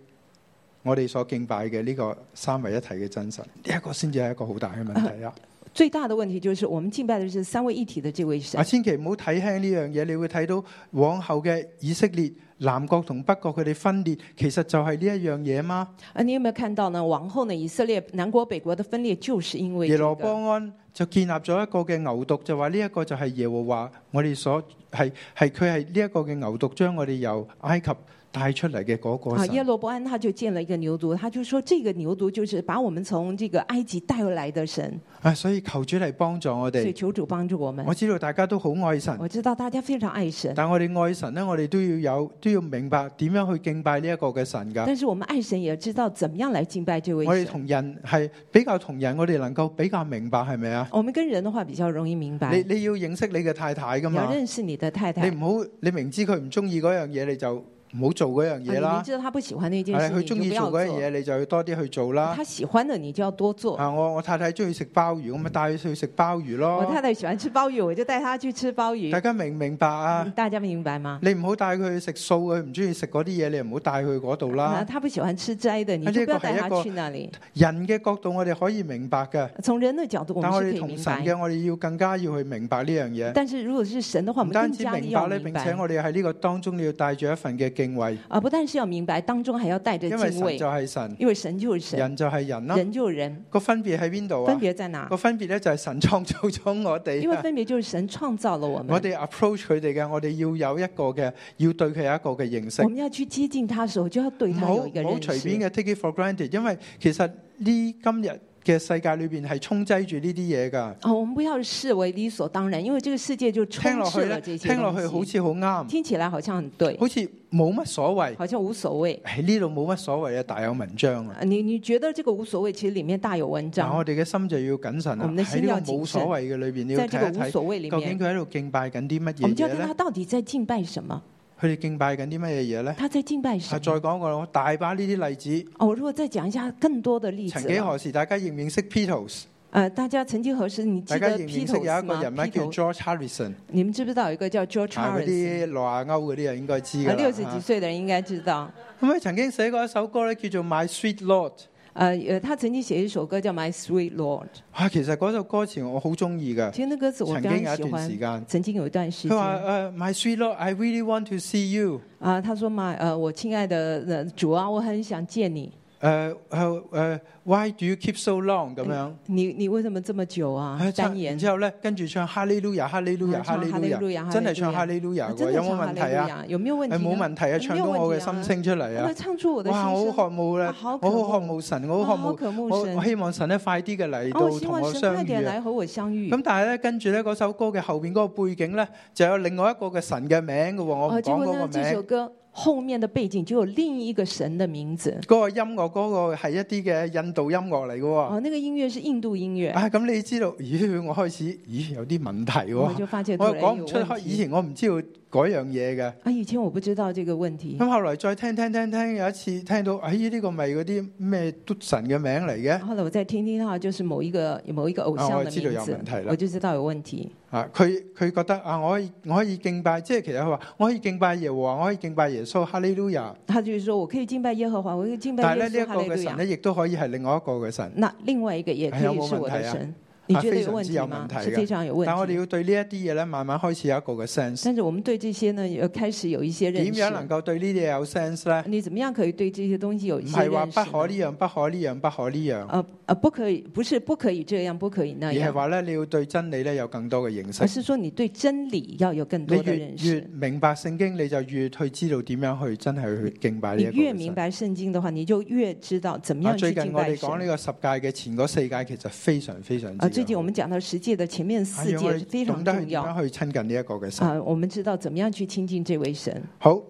我哋所敬拜嘅呢個三位一體嘅真神，呢、一個先至係一個好大嘅問題啊！
最大的问题就是我们敬拜的是三位一体的这位神
啊，。千祈唔好睇輕呢樣嘢，你會睇到往後嘅以色列南國同北國佢哋分裂，其實就係呢一樣嘢嘛。
啊，你有没有看到呢？往后呢，以色列南国北国的分裂，就是因为、
耶
这
羅
个、
波安就建立咗一個嘅牛犢，就話呢一個就係耶和華，我哋所係係佢係呢一個嘅牛犢，將我哋由埃及帶出嚟嘅嗰個
啊，耶
神。
罗伯安他就建了一个牛犊，他就说这个牛犊就是把我们从这个埃及带回来的神，
啊，所以求主嚟幫助我
所
哋。
以求主帮助我们
我。知道大家都好愛神。啊
我知道大家非常爱神，
但我哋愛神咧，我哋都要有都要明白點樣去敬拜呢一個嘅神噶。
但是我们爱神也知道怎么样来敬拜这位
我哋
神。
同人係比較同人，我哋能夠比較明白係咪啊？
我們跟人的话比较容易明白，
你你要認識你嘅太太噶
你要
嘛？
认识你的太太，
你
啊
唔好你明知佢唔中意嗰樣嘢，你就唔好做嗰樣
啊你
嘢
明
啦。哎
知道他不喜欢那件
係
事，
佢
你就
中
不
意
要
做嗰樣
做
嘢，你就要多啲去做啦。
他喜欢的你就要多做。
啊，我我太太中意食鮑魚，咁咪帶佢去食鮑魚
我
咯
太。太喜欢吃鲍鱼，我就带她去吃鲍鱼嗯
大。家明唔明白啊？
大家明白吗？
你唔好帶佢去食素，佢唔中意食嗰啲嘢，你唔好帶佢去嗰度
啊，
啦。
他不喜欢吃斋的，你
啊
就
这
不要
个还
带
有一
他
个
去那里。
人嘅角度，我哋可以明白嘅。
从人的角度，我
但
们
我
是
哋
可以
同
明
神
白。
嘅，我哋要更加要去明白呢樣嘢。
但是如果是神的话，我
唔
们
單
更
止
加
明
要
白咧，
明
並且
白
我哋喺呢個當中，你要帶住一份嘅敬畏，
啊，不但是要明白，当中还要带着
因為
敬
神
畏
就，係神，
因为神就是神，
人就係人啦。
人就是人，
個分別喺邊度
分
啊？
别在哪？
個分別咧就係神創造咗我
因为
哋，啊
分别就是神创造了我
我
们，
哋 approach 佢哋嘅，我哋要有一個嘅，要對佢有一個嘅認識
我，们要去接近他的时候，就要对
唔
他
好
有一个
唔好
认
隨便嘅
识。
take it for granted，因為其實呢今日嘅世界裏邊係充擠住呢啲嘢㗎。
啊，我们不要视为理所當然，因為这個世界就充
聽落去
斥
咧，
了这些
聽落去好
東西，
似好啱，
听起来好像很对，
好似冇乜所謂。
好像無所謂。
喺呢度冇乜所謂嘅大有文章啊！
啊你你覺得這個無所謂，其實裡面大有文
嗱，
章
我。哋嘅心就要謹慎啦。
我們的
喺
心要
呢
謹
個
慎
冇所謂嘅裏邊，你要
在
睇
這
一
個無
睇，
所謂裡
究竟
面，
佢喺度敬拜緊啲乜
我
嘢
們就
嘢
要看他
咧？
到底在敬拜什么，
佢哋敬拜緊啲乜嘢嘢咧？
他在敬拜什
啊，再
麼。
講過，我大把呢啲例子。
哦，如果再講一下更多的例子
曾
了，
幾何時，大家認唔認識 Peters？
呃，大家曾经何时你记
大家
得
認唔
披
認識有
头士
一個
吗？
人物
披
叫
头，
George Harrison，
你们知不知道有一个叫 George
啊嗰
Harrison？
啲羅亞歐嗰啲人應該知㗎
呃，
啦
六十
啊
几岁的人应该知道。
咁佢曾經寫過一首歌咧，叫做《My Sweet Lord》。
呃，呃他曾经写一首歌叫《My Sweet Lord》，
啊，其實嗰首歌詞我好中意嘅
其。实那歌词我
呃曾
非
經有
常
一
喜
段時
欢。
間，
曾经有一段时
佢
间，
話：
啊、
誒，My Sweet Lord，I really want to see you。
他说嘛，呃，我亲爱的、呃、主啊，我很想见你，
誒誒誒，Why 呃 do you keep so long？咁樣。
你你为什么这么久嗯啊
啊？唱
单
然
言，
之後咧，跟住唱哈利路亞，哈利路亞，
啊
哈
唱
利路亞，
Hallelujah，
真係唱哈利
Hallelujah
路
啊
亞
真
喎，有
的
冇
唱
問題
哈利路
啊？
亞？有没有问题
係
呢？
冇問題啊，
有沒有
唱到我嘅
問題啊
心聲出嚟
啊
啊
那！唱出我的心
哇！我
声，
好渴慕咧
啊，好渴
我
慕
好渴慕神，我
啊
好渴
好
慕
渴慕
我
神
我希望神咧快啲嘅嚟
啊，我
到
希
同
望
我
神快
相
点
遇
来
啊！
和我相遇。
咁但係咧，跟住咧嗰首歌嘅後邊嗰個背景咧，就有另外一個嘅神嘅名嘅喎，我唔
啊，
講
结果
嗰個
呢，这首
名。
歌后面的背景就有另一个神的名字。
嗰個音樂嗰個係一啲嘅印度音樂嚟嘅喎。
哦，那个音乐是印度音乐，
啊，咁你知道？咦，我開始咦有啲問題
我
喎，
就发现突
我又
然
講
有
唔出
问
開。以
题。
前我唔知道嗰樣嘢嘅。
啊，以前我不知道这个问题。
咁後來再聽聽聽聽，有一次聽到，哎呢、個咪嗰啲咩嘟神嘅名嚟嘅，
后来我再听听到，就是某一个某一个偶
啊我
像的
知道
名
有
字
问题啦，
我就知道有问题。
啊佢佢覺得啊我可以我可以敬拜，即係其實佢話我可以敬拜耶和華，我可以敬拜耶穌，哈利路亞。
他就是说我可以敬拜耶和华，我可以敬
但
拜
係咧
耶
呢一
稣，
個
哈利
嘅
路
神
亚。
咧，亦都可以係另外一個嘅神。
那另外一个也可
哎呀
以
我
是
问
我
题
的
啊
神，你觉得
非
有
常
问
之
题
有问
吗
题？
是
嘅
非常有问
但我
题
哋。要對呢一啲嘢咧，慢慢開始有一個嘅 sense。
但是我们对这些呢，有开始有一些认
點樣
识
能。夠對呢啲嘢有 sense 咧？
你怎么样可以对这些东西有一
唔
些
係話
认识呢？
不可呢樣，不可呢樣，不可呢樣，
呃呃，不可以，不是不可以这样，不可以那
而係
样，
話咧，你要對真理咧有更多嘅認識
而。是说你对真理要有更多
你
的
越
认
越
识。
明白聖經，你就越去知道點樣去真係去敬拜呢
你
一個
越
神
明白圣经的話，你就越知道怎么
啊，
样
最
去
近
敬
我
拜
哋
神
講。呢個十戒嘅前嗰四戒，其實非常非常之
啊，最近我
有
们讲到十诫的前面
啊
四
讓我
诫是
哋
非
懂
常
得去
重
點
要
樣去親近呢一個嘅神。
啊，我们知道怎么样去亲近这位神。
好，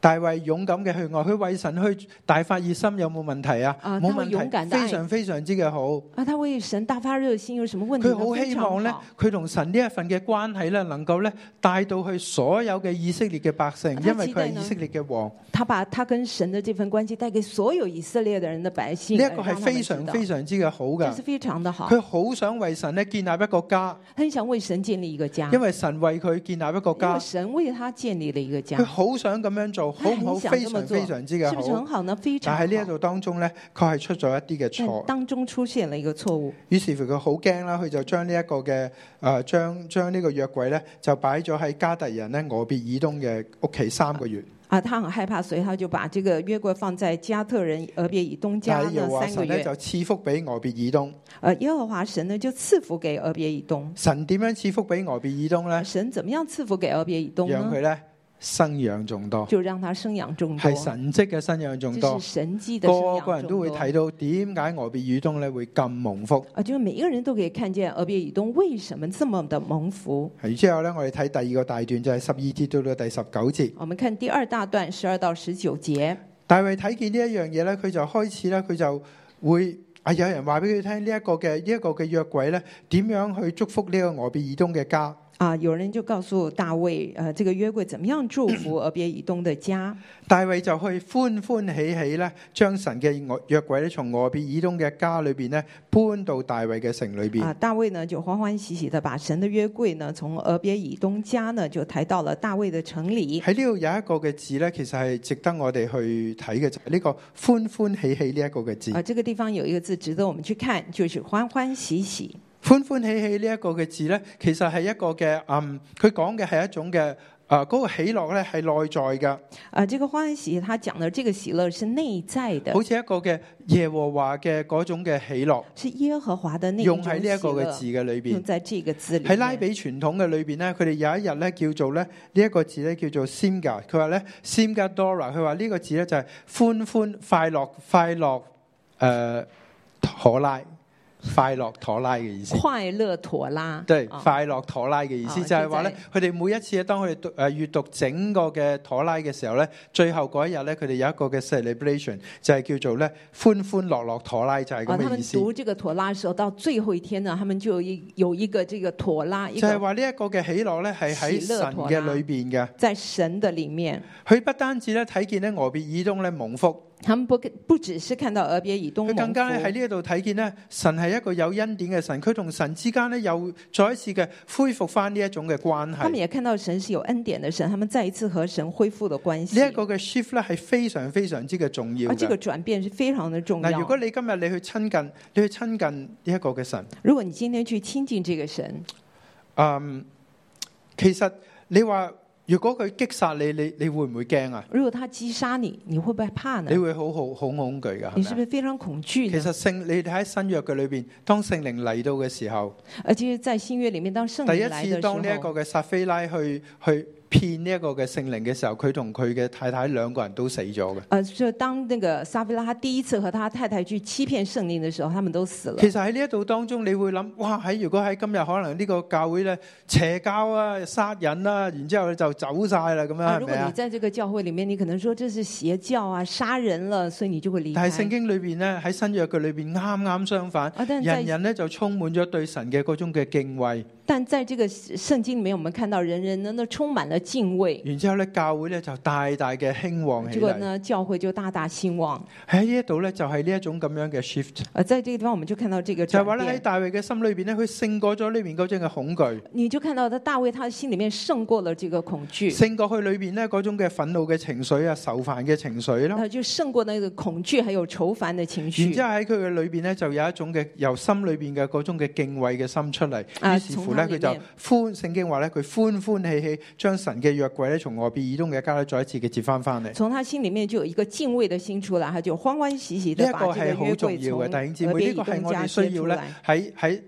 大衛勇敢嘅去愛，佢為神去大發熱心，有冇問題啊？
啊
冇
大衛勇
問
敢
題，
地愛
非常非常之嘅好。
啊，他为神大发热心，有什么问题
佢
呢？
好
非
希
常
望咧
好，
佢同神呢一份嘅關係咧，能夠咧帶到去所有嘅以色列嘅百姓，
啊他
因為
期
佢係
待呢
以色列嘅王。
他把他跟神的这份关系带给所有以色列的人的百
呢
姓，
一個係非常非
常
常之嘅好㗎。
这是非常的好。啊
佢好想為神咧建立一個家，
很想为神建立一个家，
因為神為佢建立一個
因为
家，
神啊为他建立了一个家
佢，好想咁樣做，好唔好？
他
非
很想這
常
麼做
非常之嘅
是不是很
好。
好呢？非常
但
好。
喺呢一度當中咧，佢係出咗一啲嘅
但
錯，
当中出現了一個錯誤，
於是乎佢好驚啦，佢就將呢一個嘅誒將將呢個約櫃咧就擺咗喺加特人咧俄別以東嘅屋企三個月。
啊，他很害怕，所以他就把这个约櫃放在加特人俄别以东家
但係耶
那
和華
三個
神咧
月
就。賜福俾俄別以東。
呃，耶和華神呢就賜福給俄别以东。
神點樣賜福俾俄別以東咧？
神怎么樣賜福給俄别以东
讓
呢
佢？咧生養眾多，
就讓他生養啊眾多
係，神蹟嘅生養眾多
這是。神迹的生
個個
養
人都
眾
會
多。
睇到點解俄別以東咧會咁蒙福。
啊，就是每一個人都可以看見俄别以东為什麼這麼的蒙福。
然之後咧，我哋睇第二個大段就係十二節到到第十九節。
我們看第二大段十二到十九節，
大衛睇見呢一樣嘢咧，佢就開始咧，佢就會啊有人話俾佢聽呢一個嘅呢一個嘅約櫃咧，點樣去祝福呢個俄別以東嘅家？
啊，有人就告訴大衛，呃，這個約櫃怎麼樣祝福俄别以东的家？
大衛就去歡歡喜喜咧，將神嘅約櫃咧從俄別以東嘅家裏邊咧搬到大衛嘅城裏邊。
啊，大衛呢就欢欢喜喜的把神的约柜呢从俄别以东家呢就抬到了大卫的城里。
喺呢度有一個嘅字咧，其實係值得我哋去睇嘅，就係、呢個歡歡喜喜呢一個嘅字。
啊，这个地方有一个字值得我們去看，就是欢欢喜喜。
歡歡喜喜呢一個嘅字咧，其實係一個嘅嗯，佢講嘅係一種嘅啊嗰個喜樂咧係內在嘅，
啊，這個欢欢喜喜，他講的这個喜樂是內在的
好，似一個嘅耶和華嘅嗰種嘅喜樂，
是耶和華的那一
用
種
喺
喜
呢一個嘅字
樂，
嘅裏
用
邊。
在这個字裏
喺拉
面。
比傳統嘅裏邊咧，佢哋有一日咧叫做咧呢一個字咧叫做 simga，佢話咧 simga dora，佢話呢個字咧就係歡歡快樂快樂誒、呃、妥拉快樂妥拉嘅意思。
快樂妥拉，
對，
啊
快樂妥拉嘅意思
啊
就係話咧
即，
佢哋每一次當佢哋讀誒閱讀整個嘅妥拉嘅時候咧，最後嗰一日咧，佢哋有一個嘅 celebration 就係叫做咧歡歡樂樂妥拉，就係
啊，
咁
他
嘅
們
意思。
讀這個妥拉的時候，到最後一天呢，他們就有一有一個這個妥拉，一
就係
個
話呢一個嘅喜樂咧，係喺
喜樂
神
妥
嘅
拉
裏邊嘅。
在神的裡面。
佢不單止咧睇見咧俄別以東咧蒙福，
他们不不只是看到俄别以东
佢更
蒙
加咧喺
福，
呢一度睇見咧，神係一個有恩典嘅神，佢同神之間咧又再一次嘅恢復翻呢一種嘅關
他
係。
们也看到神是有恩典的神，他们再一次和神恢复了关系
呢。一個嘅 shift 咧係非常非常之嘅重要
而这个
嘅。
转变是非常的重
嗱，如果
要。
你今日你去親近，你去親近呢一個嘅神，
如果你今天去亲近这个神，
嗯，其實你話如果佢擊殺你，你你会唔會驚啊？
如果他击杀你，你会不会怕呢
你？會好好好恐懼噶，
你
係咪
是不
啊？
是非常恐惧
其
呢？
實聖你哋喺新約嘅裏边，當聖靈嚟到嘅時候，
而且在新约里面，当圣
第
灵来
一
的
次
时
當呢一個
候，
嘅撒菲拉去去骗呢一個嘅聖靈嘅時候，佢同佢嘅太太兩個人都死咗嘅。
呃，就当那个撒菲拉他第一次和他太太去欺骗圣灵的时候，他们都死了
其。實喺呢一度當中，你會諗，哇！喺如果喺今日可能呢個教會咧邪教啊、殺人啊，然之後就走晒啦咁
啊，
樣係咪
如果你
啊？
在这个教会里面，你可能说这是邪教啊，杀人了，所以你就会离开。
但係聖經裏边咧喺新約嘅裏边啱啱相反，
啊，但是
人
在
人咧就充滿咗對神嘅嗰種嘅敬畏，
但在这个圣经里面，我们看到人人呢都充满了敬畏，
然之後咧教會咧就大大嘅興旺起
结果
嚟。
呢教会就大大兴旺。
喺呢一度咧就係呢一種咁樣嘅 shift，
呃，在这个地方我们就看到这个
就係
转
話咧喺
变，
大衛嘅心裏边咧，佢勝過咗呢边嗰種嘅恐懼，
你就看到他大卫他心里面胜过了这个恐惧，
勝過佢裏边咧嗰種嘅憤怒嘅情緒啊、仇犯嘅情緒啦。
呃，就胜过那个恐惧还有愁烦的情
然
绪
之後。喺佢嘅裏邊咧，就有一種嘅由心裏邊嘅嗰種嘅敬畏嘅心出嚟，
啊
於是乎咧佢
從他裡面
就歡，聖經話咧佢歡歡喜喜將神嘅約櫃咧從外邊以東嘅家咧再一次嘅接翻翻嚟。呢
从他心里面就有一个敬畏的心出来，他就欢欢喜喜
一
的
個
把这
係好
约
重
柜
要
从
嘅
呃
弟兄姊
俄
妹，
别
呢
以
個係
东
我哋
家接
需要
出
咧
来。
喺喺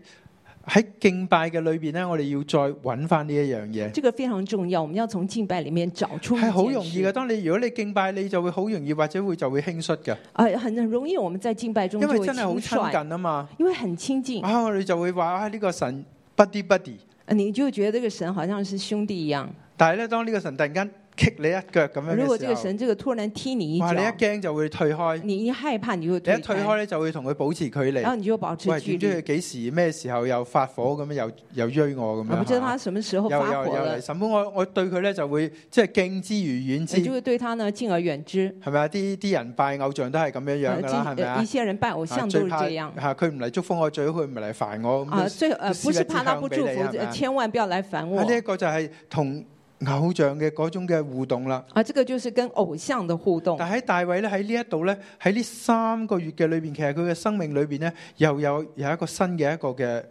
喺敬拜嘅裏邊咧，我哋要再揾翻呢一樣嘢。
这个非常重要，我们要从敬拜里面找出一
係好
件
容易
事
嘅，當你如果你敬拜，你就會好容易或者會就會輕率嘅，
啊，很很容易我们在敬拜中
因
就
為
会
真係好
轻率，嗯
親近啊嘛。
因为很亲近，呃
啊，我哋就會話啊呢個神 buddy buddy，
你就觉得这个神好像是兄弟一样。呃
但係咧當呢個神突然間棘你一腳咁樣
如果
嘅時
这个
啊候，
神这个突然踢你一
哇！
脚
你一，驚就會退開，
你一害怕你就会
你
退
一退開
开，
咧就會同佢保持距
然
離。
后你就保持
喂，
距
點
离
知。佢幾時咩時候又發火咁樣，又又追我咁
我啊不知
樣
道他
嚇？
什么时候
又又
发火
又
了
嚟，審判我，我對佢咧就會即係敬之如遠之
你，就会对他呢敬而远之。
係咪啊？啲啲人拜偶像都係咁樣樣
呃，
噶
敬
啦，係咪
呃一
啊？
些人拜偶像
最
都是
怕
这样。
嚇佢唔嚟祝福我，最好佢唔嚟煩我咁
啊，
樣。
最呃
就
不
施一支
是怕他
香
不
俾
祝
你
福
係咪，啊
千万不要来烦我
啊！呢一個就係同偶像嘅嗰種嘅互動啦。
啊！这个就是跟偶像的互动。
但喺大衛咧喺呢一度咧喺呢三個月嘅裏邊，其實佢嘅生命裏邊咧又有有一個新嘅一個嘅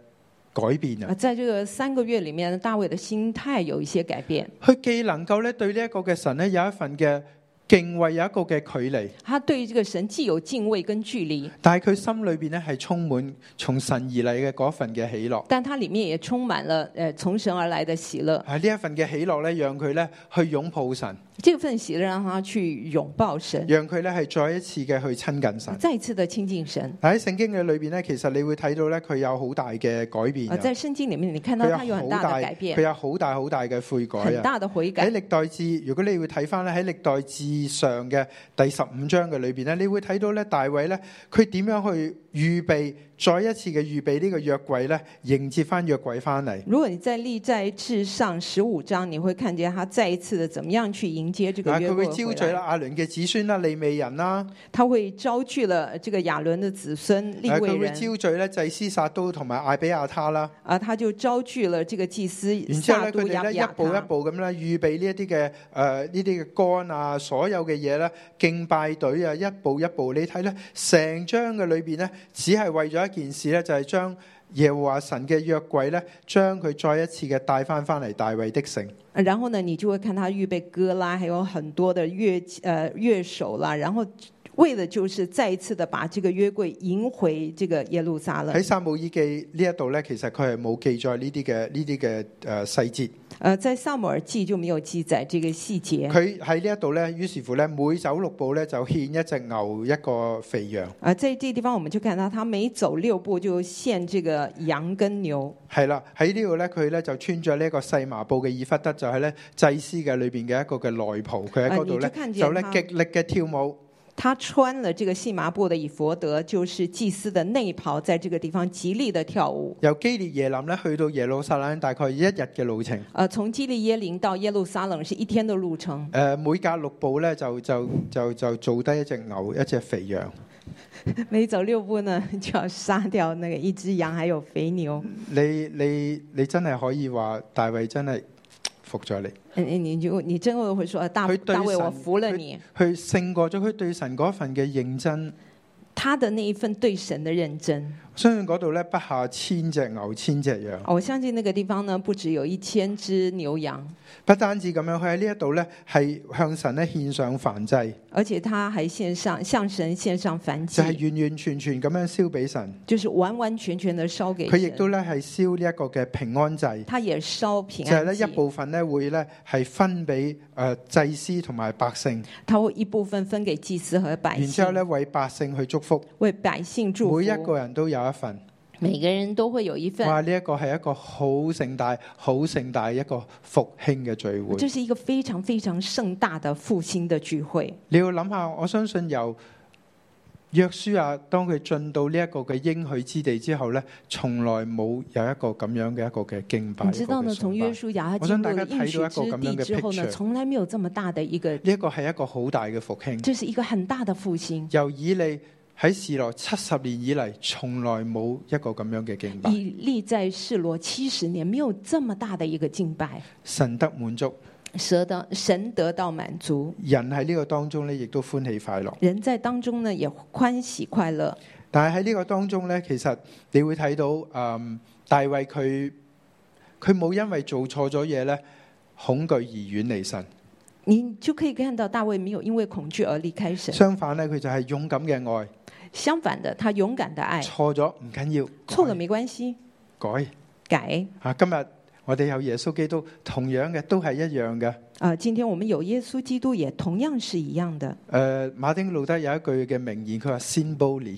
改變
啊，
啊！
在这个三个月里面，大卫的心态有一些改变，
佢既能夠咧對呢一個嘅神咧有一份嘅敬畏，有一個嘅距離，
他对这个神既有敬畏跟距离，
但係佢心裏邊咧係充滿從神而嚟嘅嗰份嘅喜樂。
但他里面也充满了呃从神而来的喜乐。
啊！呢一份嘅喜樂咧，讓佢咧去擁抱神，
这份喜乐让他去拥抱神，
讓佢咧係再一次嘅去親近神。
再一次的亲近神。
但喺聖經嘅裏邊咧，其實你會睇到咧，佢有好大嘅改變
啊，
啊。
在圣经里面，你看到他
佢
有
有好
很大
大，
的改
佢
变，
有好大好大嘅悔改
很
啊！
大的悔
喺
改。
歷代志，如果你會睇翻咧，喺歷代志上嘅第十五章嘅裏邊咧，你會睇到咧大衛咧，佢點樣去預備再一次嘅預備呢個約櫃咧，迎接翻約櫃翻嚟。
如果你在历代志上十五章，你会看见他再一次的怎么样去迎接这个
嗱，
约
啊佢會
柜回
招
来
聚啦，亞倫嘅子孫啦，利未人啦，
他会招聚了这个亚伦的子孙利
誒
未
啊佢會
人，
招聚咧祭司撒都同埋艾比亞他啦。
啊，他就招聚了这个祭司
然之後
撒
咧，
都
佢
亚
哋咧
比
一
亚
步一
他，
步咁咧預備呢一啲嘅誒呢啲嘅肝啊，所有嘅嘢咧敬拜隊啊，一步一步你睇咧，成章嘅裏邊咧，只係為咗一件事咧，就係、將耶和華神嘅約櫃咧，將佢再一次嘅帶翻翻嚟大衛的城。
然后呢，你就会看他预备歌啦，还有很多的乐呃乐手啦，然后为的就是再一次的把这个约柜迎回这个耶路撒冷
喺。撒母耳記呢一度咧，其實佢係冇記載呢啲嘅呢啲嘅誒細節。
呃，在萨姆耳记就没有记载这个细节。
佢喺呢一度咧，於是乎咧，每走六步咧就獻一隻牛一個肥羊。
啊，在这地方我们就看到他每走六步就献这个羊跟牛，
係啦，喺呢度咧，佢咧就穿咗呢一個細麻布嘅以弗得，就係咧祭司嘅裏邊嘅一個嘅內袍，佢喺
啊
嗰度
你就
咧
看見
就咧
他
極力嘅跳舞，
他穿了这个细麻布的以佛德，就是祭司的内袍，在这个地方极力的跳舞。
由基列耶林咧去到耶路撒冷，大概一日嘅路程。
呃，从基利耶林到耶路撒冷是一天的路 程。
诶、呃每隔六步咧就就就就做低一隻牛，一隻肥羊。
每走六步呢， 就要杀掉那个一只羊，还有肥牛。
你你你真係可以話大衛真係服咗你，
嗯，你你就你真的会说，呃大
佢对
大卫，
神
我服了你。
佢勝過咗佢對神嗰份嘅認真。
他的那一份对神的认真，
相信嗰度咧不下千隻牛、千隻羊。
我相信那个地方呢，不只有一千只牛羊，
不單止咁樣，佢喺呢一度咧係向神咧獻上燔祭，
而且他还献上向神献上燔祭
就，係完完全全咁樣燒俾神。
就是完完全全的烧给
佢亦
神。
都咧係燒呢一個嘅平安祭，
他也烧
就
平
係
安
咧
祭
一，部分咧會咧係分俾诶祭司同埋百姓，
他会一部分分给祭司和百
然之后
姓，
咧為百姓去祝福，
为百姓祝福。
每一個人都有一份。
每個人都会有一份，
哇！呢、一個係一個好盛大、好盛大一個復興嘅聚會。
这是一个非常非常盛大的复兴的聚会。
你要諗下，我相信由約書亞當佢進到呢一個嘅應許之地之後咧，從來冇有一個咁樣嘅一個嘅敬拜。
你知道
一個
呢，
嘅崇
从
拜
约书亚他
我
进
想
入
大家
了应
睇到一
许
個
之
咁樣
地
嘅
之后呢，
picture
从来没有这么大的一个，
呢一個係一個好大嘅復興。
这是一个很大的复兴。
由以利喺示羅七十年以嚟，從來冇一個咁樣嘅敬拜。
以利在示罗七十年，没有这么大的一个敬拜，
神得滿足，
蛇的神得到满足，
人喺呢個當中咧，亦都歡喜快樂。
人在当中呢也欢喜快乐。
但係喺呢個當中咧，其實你會睇到，嗯，大衛佢佢冇因為做錯咗嘢咧，恐懼而遠離神。
你就可以看到大卫没有因为恐惧而离开神，
相反咧，佢就係勇敢嘅愛。
相反的，他勇敢的爱，
錯咗唔緊要，
错了
改
没关系，
改
改
啊！今日我哋有耶穌基督，同樣嘅都係一樣嘅。
啊、呃今天我们有耶稣基督，也同样是一样的。
誒、呃馬丁路德有一句嘅名言，佢話 “sin bully”，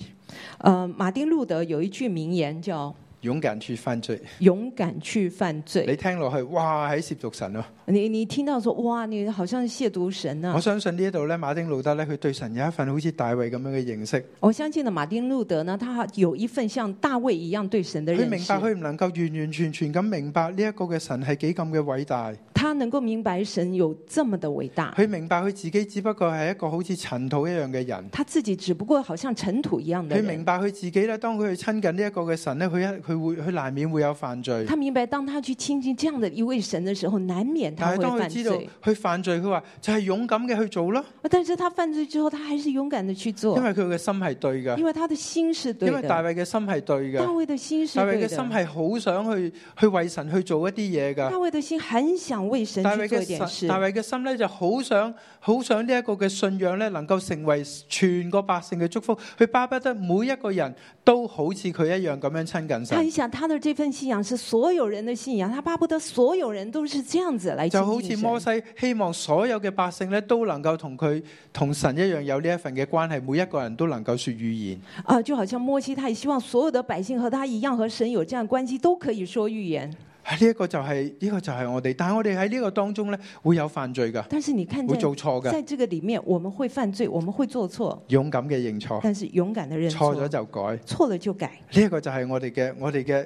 呃，马丁路德有一句名 言叫
勇敢去犯罪。
“勇敢去犯罪
你聽落去，哇！喺涉足神咯、”
你。你听到说哇，你好像亵渎神啊呢、
我相信呢一度咧，馬丁路德咧，佢對神有一份好似大衛咁樣嘅認識。
我相信呢，马丁路德呢，他有一份像大卫一样对神的
佢
认
明
识
白，佢唔能夠完完全全咁明白呢一個嘅神係幾咁嘅偉大。
他能够明白神有这么的偉大。
佢明白佢自己只不過係一個好似塵土一樣嘅人。
他自己只不过好像尘土一样的
佢明
人。
白佢自己咧，當佢去親近呢一個嘅神咧，佢一佢會佢難免會有犯罪。
他明白，当他去亲近这样的一位神的时候，难免
但係
他会
當佢
犯
知道
罪。
佢犯罪，佢話就係勇敢嘅去做啦，
但是他犯罪之后，他还是勇敢的去
因
做，
為佢嘅心係對嘅，
因为他的心是哦对
因為大
的。
衛嘅心係對
大
嘅，
卫的心是
大衛
对
嘅心
的。
係好想去去為神去做一啲嘢㗎。
大卫的心很想为神
大
去
衛
做
嘅
一点事
神，大。衛嘅心咧就好想，好想呢一個嘅信仰咧，能夠成為全個百姓嘅祝福。佢巴不得每一個人都好似佢一樣咁樣親近
他很
神，
想他的这份信仰是所有人的信仰，他巴不得所有人都是这样子来亲
就好似
近
摩
神。
西希望所有嘅百姓咧都能夠同佢同神一樣有呢一份嘅關係，每一個人都能夠說預言。
啊，就好像摩西，他也希望所有的百姓和他一样，和神有这样的关系，都可以说预言。
啊呢、一個就係呢、個就係我哋，但係我哋喺呢個當中咧會有犯罪噶，
但是你看
會
在
做錯噶，
在这个里面，我们会犯罪，我们会做錯，
勇敢嘅認錯，
但是勇敢的认
錯
錯，
咗哦就改。呢、
錯了就改。
一個就係我哋嘅我哋嘅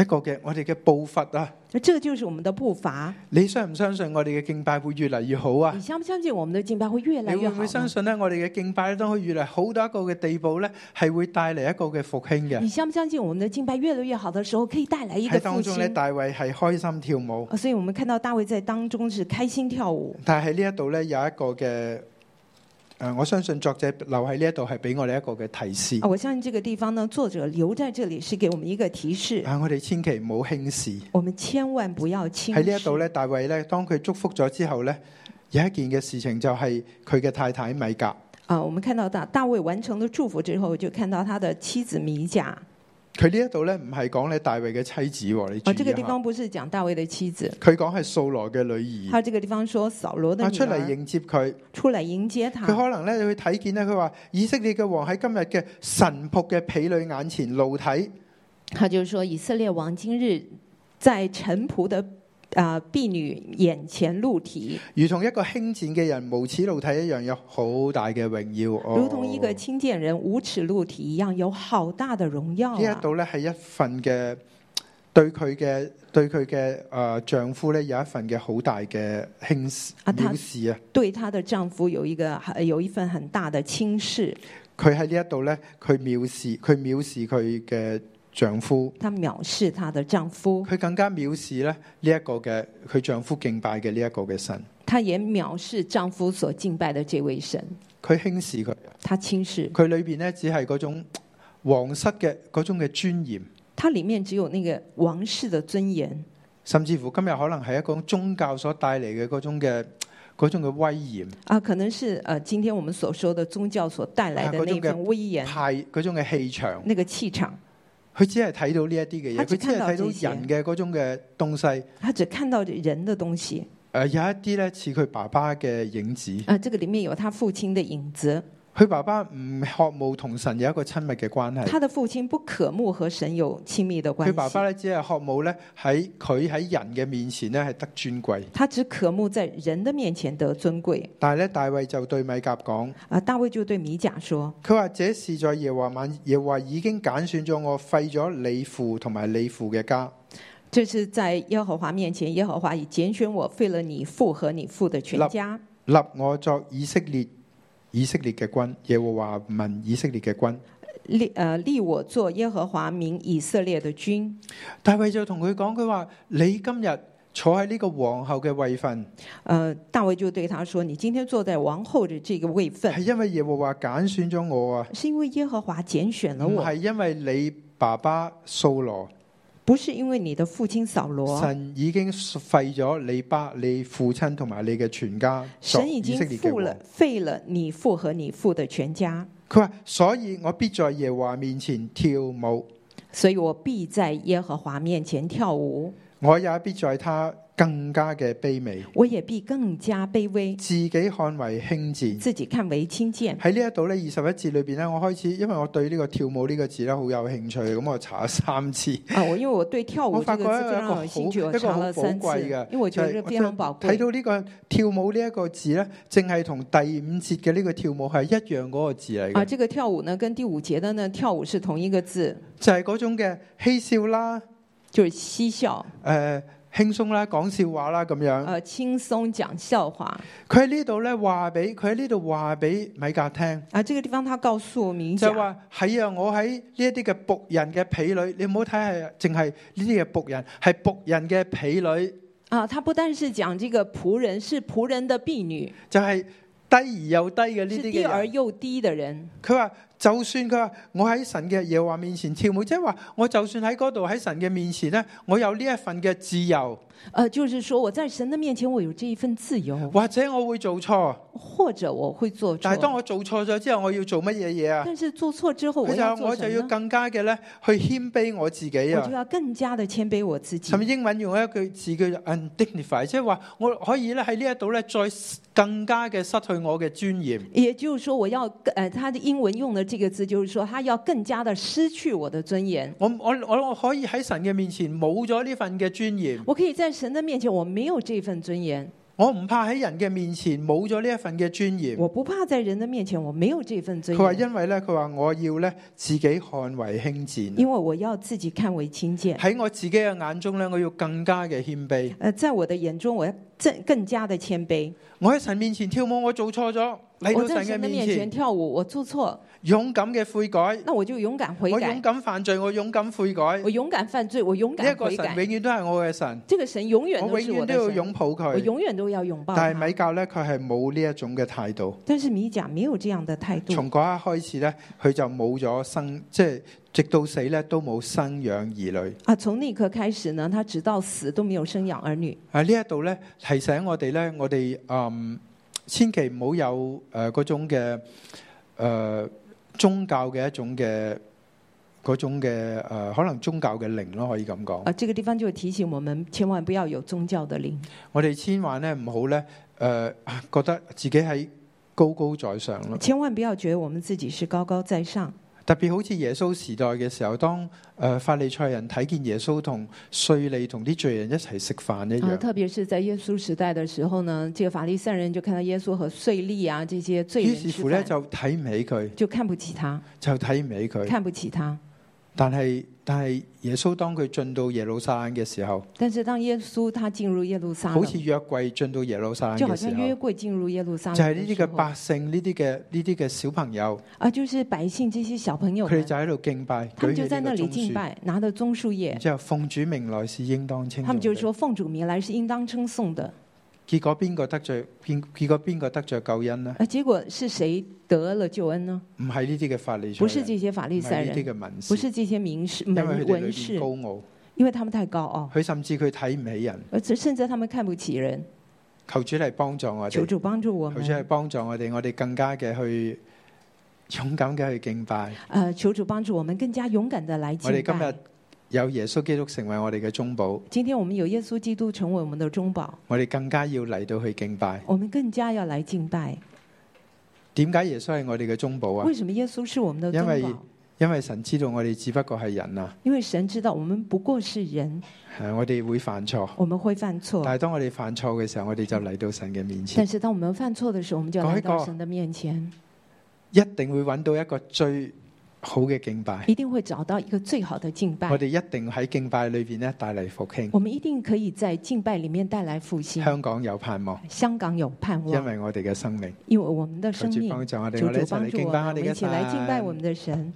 一個嘅我哋嘅步伐啊。
那这就是我们的步伐。
你相唔相信我哋嘅敬拜會越嚟越好啊
你？相不相信我们的敬拜會越
你
來
會
越
唔
好
會相
呢？
信咧？我哋嘅敬拜咧，當佢越嚟好到一個嘅地步咧，係會帶嚟一個嘅復興嘅。
你相不相信我們的敬拜越來越好的時候，可以帶來一個
喺
復
當中咧，
興？
大衛係開心跳舞，
啊所以我们看到大衛在當中是開心跳舞。
但係喺呢一度咧有一個嘅诶、呃我相信作者留喺呢一度係俾我哋一個嘅提示
啊，。我相信這個地方呢，作者留在這裡是給我們一個提示，
啊！我哋千祈唔好輕視
我們千萬不要輕
喺呢一度
視。
咧，大衛咧，當佢祝福咗之後咧，有一件嘅事情就係佢嘅太太米格，
啊，我們看到大大衛完成了祝福之後，就看到他的妻子米甲。
佢呢一度咧唔係講咧大衛嘅妻子喎，你注
啊，
意
這個地
一下，
方不是講大衛的妻子，
佢講係掃羅嘅女兒。
他这个地方说扫罗的
啊！
女
出嚟
儿
迎接佢，
出来迎接
佢
他。
可能咧，佢睇見咧，佢話以色列嘅王喺今日嘅神仆嘅婢女眼前露體，
他就说以色列王今日在臣仆的啊婢女眼前露体，
如同一個輕賤嘅人無恥露體一樣，有好大嘅榮耀。哦
如同一个清贱人无耻露体一样，有好大的荣耀
呢一
啊！
度咧係一份嘅對佢嘅對佢嘅诶丈夫咧有一份嘅好大嘅輕視
啊他
藐視啊！
对她的丈夫有一个呃有一份很大的轻视，
佢喺呢一度咧，佢藐視佢藐視佢嘅丈夫，
她藐视她的丈夫，
佢更加藐視咧呢一個嘅佢丈夫敬拜嘅呢一個嘅神，
她也藐视丈夫所敬拜的这位神，
佢輕視佢，
她轻视，
佢裏边咧只係嗰種皇室嘅嗰種嘅尊嚴，
她里面只有那个王室的尊严，
甚至乎今日可能係一種宗教所帶嚟嘅嗰種嘅嗰種嘅威嚴。
啊，可能是呃，今天我们所说的宗教所带来的
啊嗰
那
种
一份威严、
派嗰種嘅氣場，
那个气场，
佢只係睇到呢一啲嘅嘢，
他
佢
只
只係睇到人嘅嗰種嘅東西。
他只看到人的东西
誒、有一啲咧似佢爸爸嘅影子，
啊，这个里面有他父亲的影子，
佢爸爸唔渴慕同神有一個親密嘅關係，
他的父親不可慕和神有親密的關
佢爸爸
係，
咧只係渴慕咧喺佢喺人嘅面前咧係得尊貴。
他只可慕在人的面前得尊貴。
但係咧大衛就對米甲講，
啊，大衛就對米甲說
佢話：這是在耶和華晚耶和華已經揀選咗我，廢咗你父同埋你父嘅家。：“
這是在耶和華面前，耶和華已揀選我，廢了你父和你父的全家，
立我作以色列以色列嘅君，耶和華民以色列嘅君。
立呃立我做耶和華民以色列的君。
大衛就同佢講，佢話：你今日坐喺呢個皇后嘅位份，”
呃，大衛就對他說：“你今天坐在王后的這個位
係
分，
因為耶和華揀選咗我啊，
是因為耶和華揀選了
唔
我，
係因為你爸爸掃羅。
不是因為你的父親掃羅。
神已經廢咗你爸、你父親同埋你嘅全家作
神已
以
經
色列嘅
廢了
王。
廢了你父和你父的全家。”
佢話：所以我必在耶和華面前跳舞，
所以我必在耶和华面前跳舞，
我也必在他更加嘅卑微，
我也必更加卑微，
自己看為輕賤。
自己看为轻贱。
喺呢一度咧，二十一節裏邊咧，我開始因為我對呢個跳舞呢個字咧好有興趣，咁我查咗三次。
啊，我因为我对跳
我
舞
發
这
覺
個
一
字非常
個
有
好
兴趣，我
一個
查
好
了
寶
三
貴
次，
嘅，
因為我
就
覺
係
得非常寶
睇
貴。
到呢個跳舞呢一個字咧，正係同第五節嘅呢個跳舞係一樣嗰個字嚟
啊，
嘅，
这个跳舞呢，跟第五节的呢跳舞是同一个字，
就係嗰種嘅嬉笑啦、
就是嬉笑，
誒輕鬆啦、講笑話啦咁樣。
呃，轻松讲笑话。
佢喺呢度咧話俾佢喺呢度話俾米格聽，
啊，这个地方他告诉明
就
甲，
話係啊，我喺呢一啲嘅仆人嘅婢女，你唔好睇係淨係呢啲嘅仆人，係仆人嘅婢女。
啊，他不但是讲这个仆人是仆人的婢女，
就係低而又低嘅呢
是
啲
低
嘅
而
人。
又低的人。
佢話就算佢話我喺神嘅耶和華面前跳舞，即係話我就算喺嗰度喺神嘅面前咧，我有呢一份嘅自由，
呃，就是说我在神的面前，我有这一份自由。
或者我會做錯，
或者我会做错
但係，當我做錯咗之後，我要做乜嘢嘢啊？
但是做错之后
佢
我
就話
要
我
做
就
什
要
么呢？
更加嘅咧去謙卑我自己
我就
啊。
要更加的谦卑我自己
甚。至英文用一句字叫做 undignified，即係話我可以咧喺呢一度咧再更加嘅失去我嘅尊嚴。
也就是说，我要呃，他的英文用的这个字就是说，他要更加的失去我的尊严。
我我我我可以喺神嘅面前冇咗呢份嘅尊嚴。
我可以在神的面前，我没有这份尊严，
我唔怕喺人嘅面前冇咗呢一份嘅尊嚴。
我不怕在人的面前我没有这份尊
佢話
严，
因為咧，佢話我要咧自己看為輕賤，
因为我要自己看为轻贱。
啊喺我自己嘅眼中咧，我要更加嘅謙卑。
呃，在我的眼中，我要更更加的谦卑。
我喺神面前跳舞，我做錯咗，嚟
我
到神
在
嘅
神的
面
面前
前
跳舞，我做错，
勇敢嘅悔改，
那我就勇敢悔
我
改
勇，敢犯罪，我勇敢悔改。
我
呢
勇敢犯罪，我勇
一
敢
個
悔
神
改。
永遠都係我嘅神，
这个神永远都
我
是
永
我
遠都
的
要
神，
擁抱
我
佢。
永远都要擁抱
但係
他
米。教咧，佢係冇呢一種嘅態度。
但是米甲没有這樣的態度，
從嗰一刻開始咧，佢就冇咗生，即係直到死咧都冇生養兒女。
啊，從那一刻開始呢，他直到死都沒有生養兒女。
啊！呢一度咧提醒我哋咧，我哋嗯千祈唔好有誒嗰、種嘅誒、呃宗教嘅一種嘅嗰種嘅誒、呃可能宗教嘅靈咯，可以咁講。
啊，這個地方就提醒我們，千萬不要有宗教的靈，
我哋千萬咧唔好呃咧誒覺得自己喺高高在上咯。嗯
千萬不要覺得我們自己是高高在上。
特別好似耶穌時代嘅時候，當誒、呃法利賽人睇見耶穌同税吏同啲罪人一齊食飯一
啊，
樣，
特别是在耶稣时代的时候呢，这个法利赛人就看到耶稣和税吏啊这些罪
於
人
是
吃
乎咧
饭，
就睇唔起佢，
就看不起他，
就睇唔起佢。
看不起他。
但係但係耶穌當佢進到耶路撒冷嘅時候，
但是当耶稣他进入耶路撒
好似
冷，
約櫃進到耶路撒冷
就好
嘅時
像约
候，
柜进入耶路撒
就
冷
係呢啲
的时
嘅
候
百姓，呢啲嘅呢啲嘅小朋友，
啊，就是百姓这些小朋友
佢哋
们，
就喺度敬拜，舉
他
起
们就
呢
在那
個
里
棕
敬
樹，
拜，拿着棕树叶
然，之後奉主名來是應當稱
他们
頌
就
的。
说奉主名来是应当称颂的。
結果邊個得着？邊結果邊個得着救恩呢？
啊，结果是谁得了救恩呢？
唔係呢啲嘅法利賽
不是
人，
这些法
唔
利
係
赛
呢啲
人，
嘅文士
不，是这些名士
因為佢
门
哋裏
文
邊
士，
高傲，
因为他们太高傲，
佢甚至佢睇唔起人。
而且甚至他们看不起人。
求主嚟幫助我
求
哋，
主帮助我
求主嚟
们，
幫助我哋，我哋更加嘅去勇敢嘅去敬拜。
呃，求主帮助我们更加勇敢的来
我哋
敬
今日
拜。
有耶穌基督成為我哋嘅中保，
今天我们有耶稣基督成为我们的中保，
我哋更加要嚟到去敬拜。
我们更加要来敬拜。
點解耶穌係我哋嘅中保啊
为？什么耶稣是我们的
因
中
为
保？
因為神知道我哋只不過係人啊，
因为神知道我们不过是人，
係我哋會犯錯。
我们会犯错
但。係當我哋犯錯嘅時候，我哋就嚟到神嘅面前
但，是当我们犯错的时候，我们就要
改
来
过
到神的面前，
一定會揾到一個最好嘅敬拜。
一定会找到一个最好的敬拜
我。哋一定喺敬拜裏边咧帶嚟復興。
我们一定可以在敬拜里面带来复兴。
香港有盼望，
香港有盼
因
望，
為我哋嘅生命。
因为我们的
求
生
主
命
幫助我哋，
求
我哋一
主
齊
帮
嚟
助我
敬拜我
们，我们
哋
一
嘅
起来敬拜我
神
们。的神。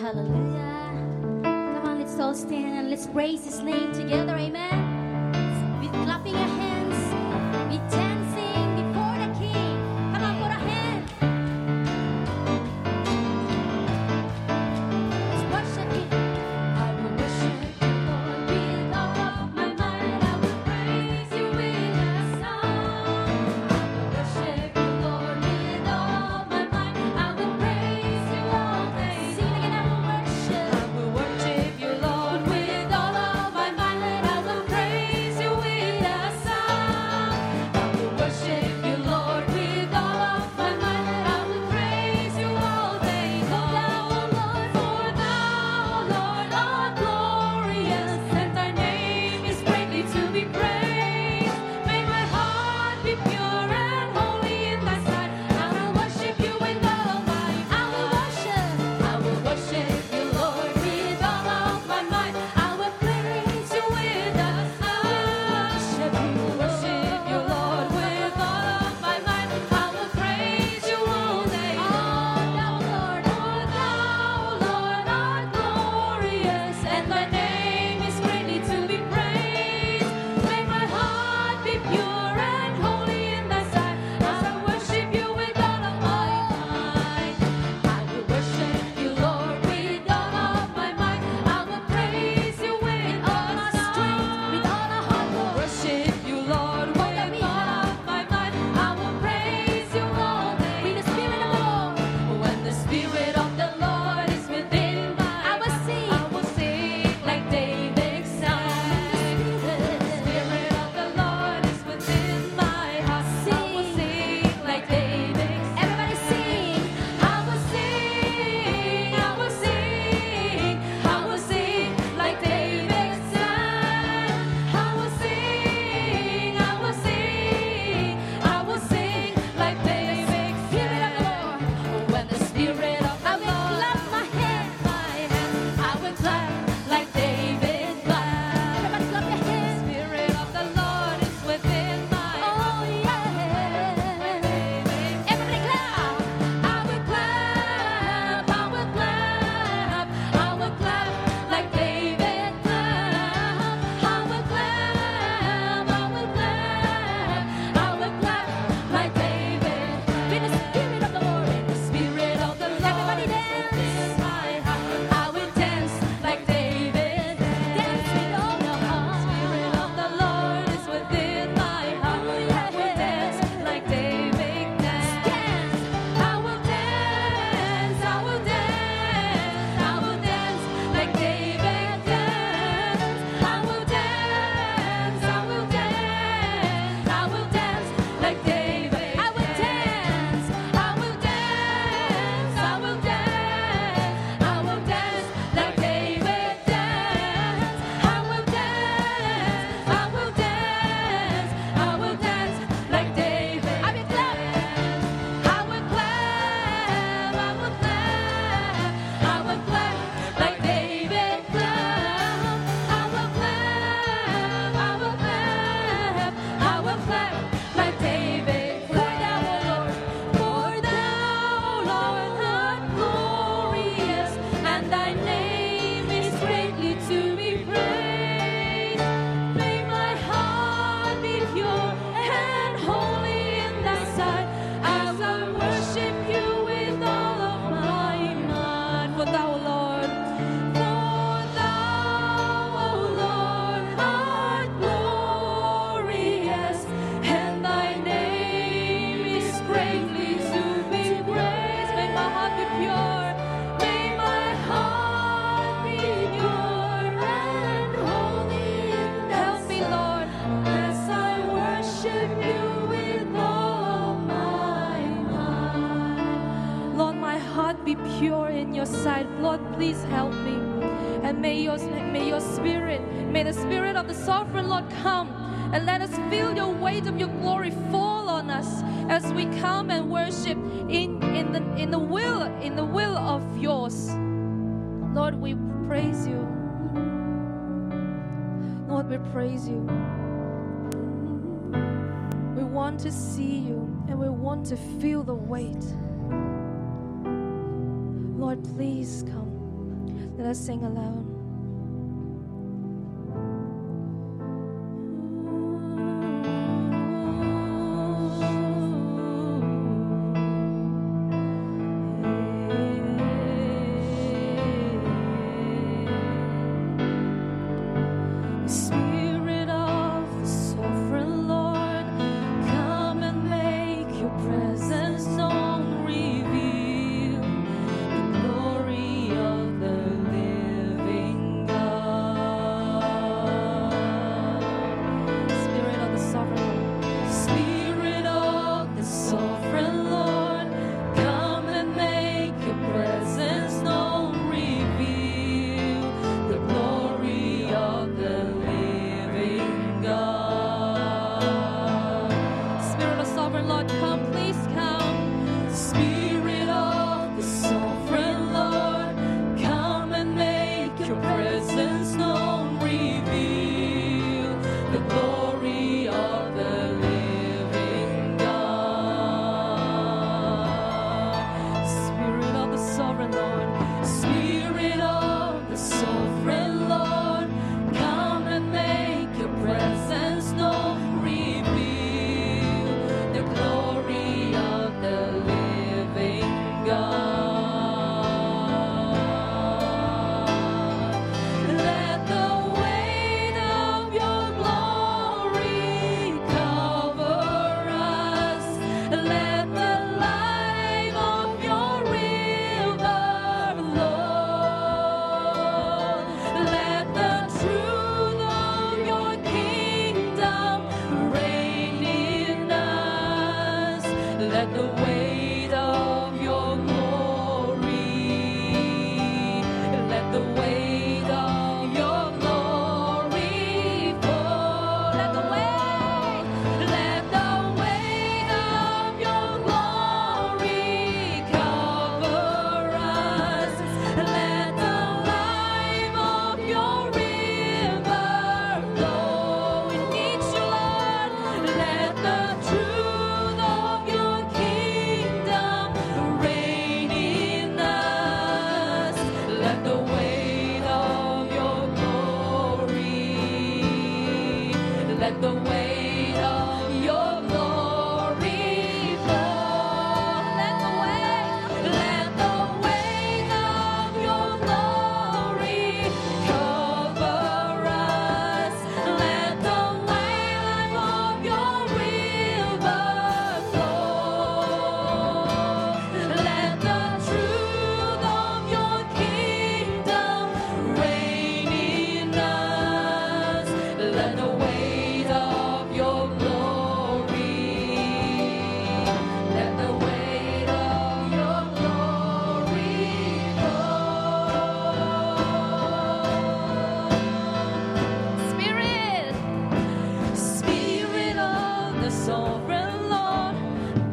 Hallelujah. Come on, let's all stand and let's praise his name together. Amen. With clapping our hands, with dancing before the King. Come on, put our hands. Let's worship him. I will worship you, Lord, with all of my mind. I will praise you with a song. I will worship you, Lord, with all my mind. I will praise you all day. Sing again, I will worship. I will worship you, Lord, with all of my mind. I will praise. Oh, Oh, pure in your sight. Lord, please help me. And may your, may your spirit, may the spirit of the sovereign Lord come and let us feel your weight of your glory fall on us as we come and worship in, in, the, in the will, in the will of yours. Lord, we praise you. Lord, we praise you. We want to see you and we want to feel the weight. Lord, please come. Let us sing aloud. Spirit of the sovereign Lord, come and make your presence known, reveal the glory of the living God. Spirit of the sovereign Lord, Spirit of the sovereign Lord, come and make your presence known, reveal the glory of the living God. Spirit of sovereign Lord, come, please come. Spirit of the sovereign Lord, come and make your presence known. Reveal the glory of the living God. Spirit of the sovereign Lord, Spirit of the sovereign Lord, come and make your presence known. Reveal the glory of the living God. Let the weight of your glory cover us. Let the light of your river, Lord. Let the truth of your kingdom reign in us. Let the weight of your glory, let the weight of your glory fall. Let the weight, let the weight of your glory cover us. Let the light of your river flow. We need you, Lord. Let the truth of your kingdom reign in us. Let the weight of your glory, let the weight of your glory fall. Let the weight, let the weight of your glory cover us. Let the light of your river flow. Let the truth of your kingdom reign in us. Let the weight of your glory, let the weight of your glory fall. Spirit. Spirit of the sovereign Lord,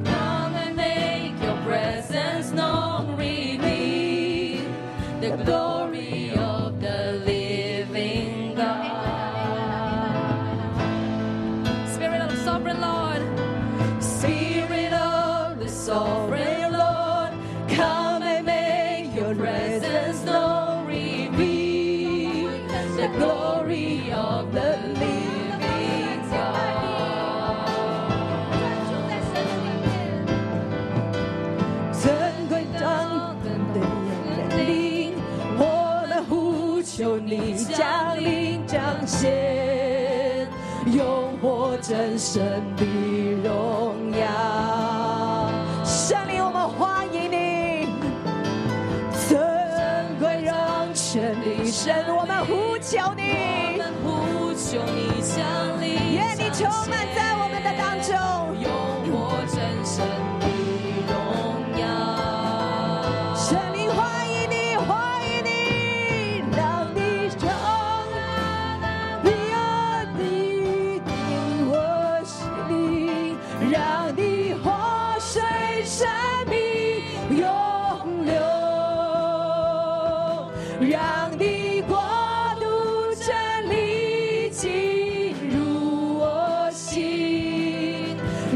come and make your presence known, reveal the glory of the living God. Spirit of the sovereign Lord, Spirit of the sovereign Lord, come and make your presence known, reveal the glory of the living God.
尊贵当
当
等的
的
眼灵，我们呼求你降临彰显，永活真神的荣耀。神灵，我们欢迎你，尊贵让全力神，我们呼求
我
你
们，呼求你降临，
愿你充满在我们的当中。
永活真神的荣耀。
神灵欢
永流，让你国度真理进入我心，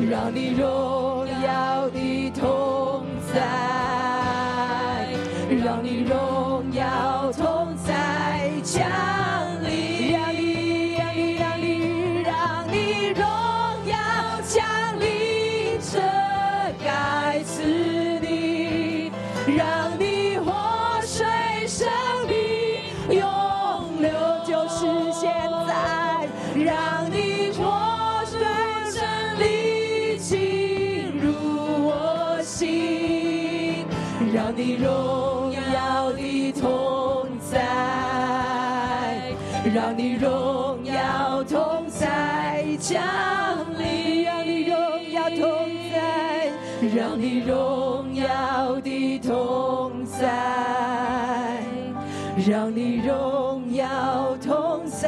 让你荣耀的同在，让你荣耀同在降临，让你让你让你让你荣耀降临这该死地，让你活水生命永流，就是现在，让你活水真理进入我心，让你荣耀的同在，让你荣耀同在降临，让你荣耀同在，让你荣耀的同在，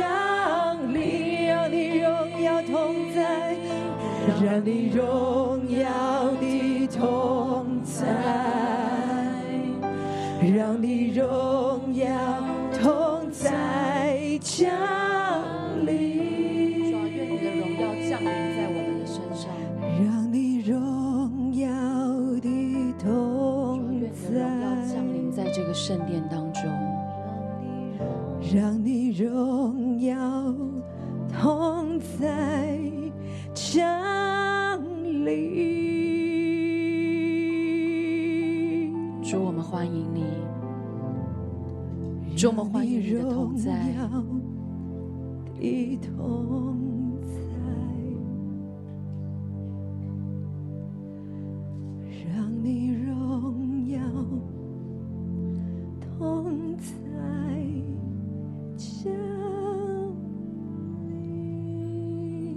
让你荣耀同在降临，让你荣耀同在，让你荣耀的同在。让你荣耀同在降临。
主啊，愿你的荣耀降临在我们的身上，
让你荣耀的
主啊，
同
愿你的荣耀
在，
降临在这个圣殿当中，
让你荣耀同在降临。
主，我们欢迎你，主，我们欢迎你的同在，
让你荣耀的同在，让你荣耀同在降临，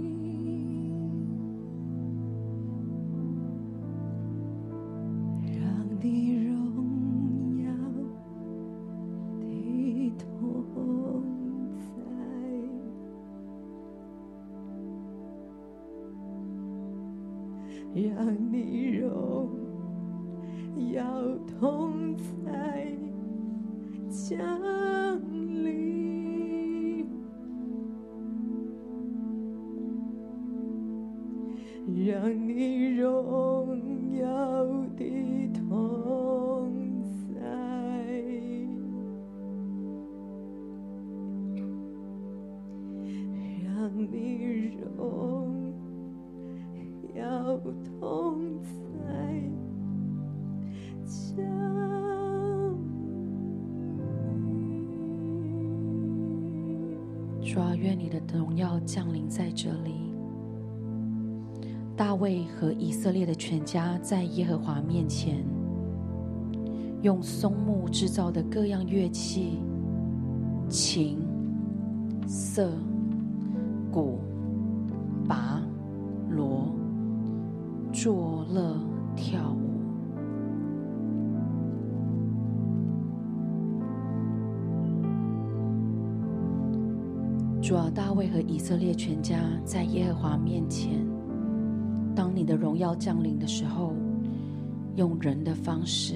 让你荣耀。的同在，让你荣耀同在降临，让你荣耀的同在。让你荣耀同在降临。
主啊，愿你的荣耀降临在这里。大卫和以色列的全家在耶和华面前，用松木制造的各样乐器、琴、瑟、鼓、拔、锣、作乐跳舞。主啊，大卫和以色列全家在耶和华面前，当你的荣耀降临的时候，用人的方式，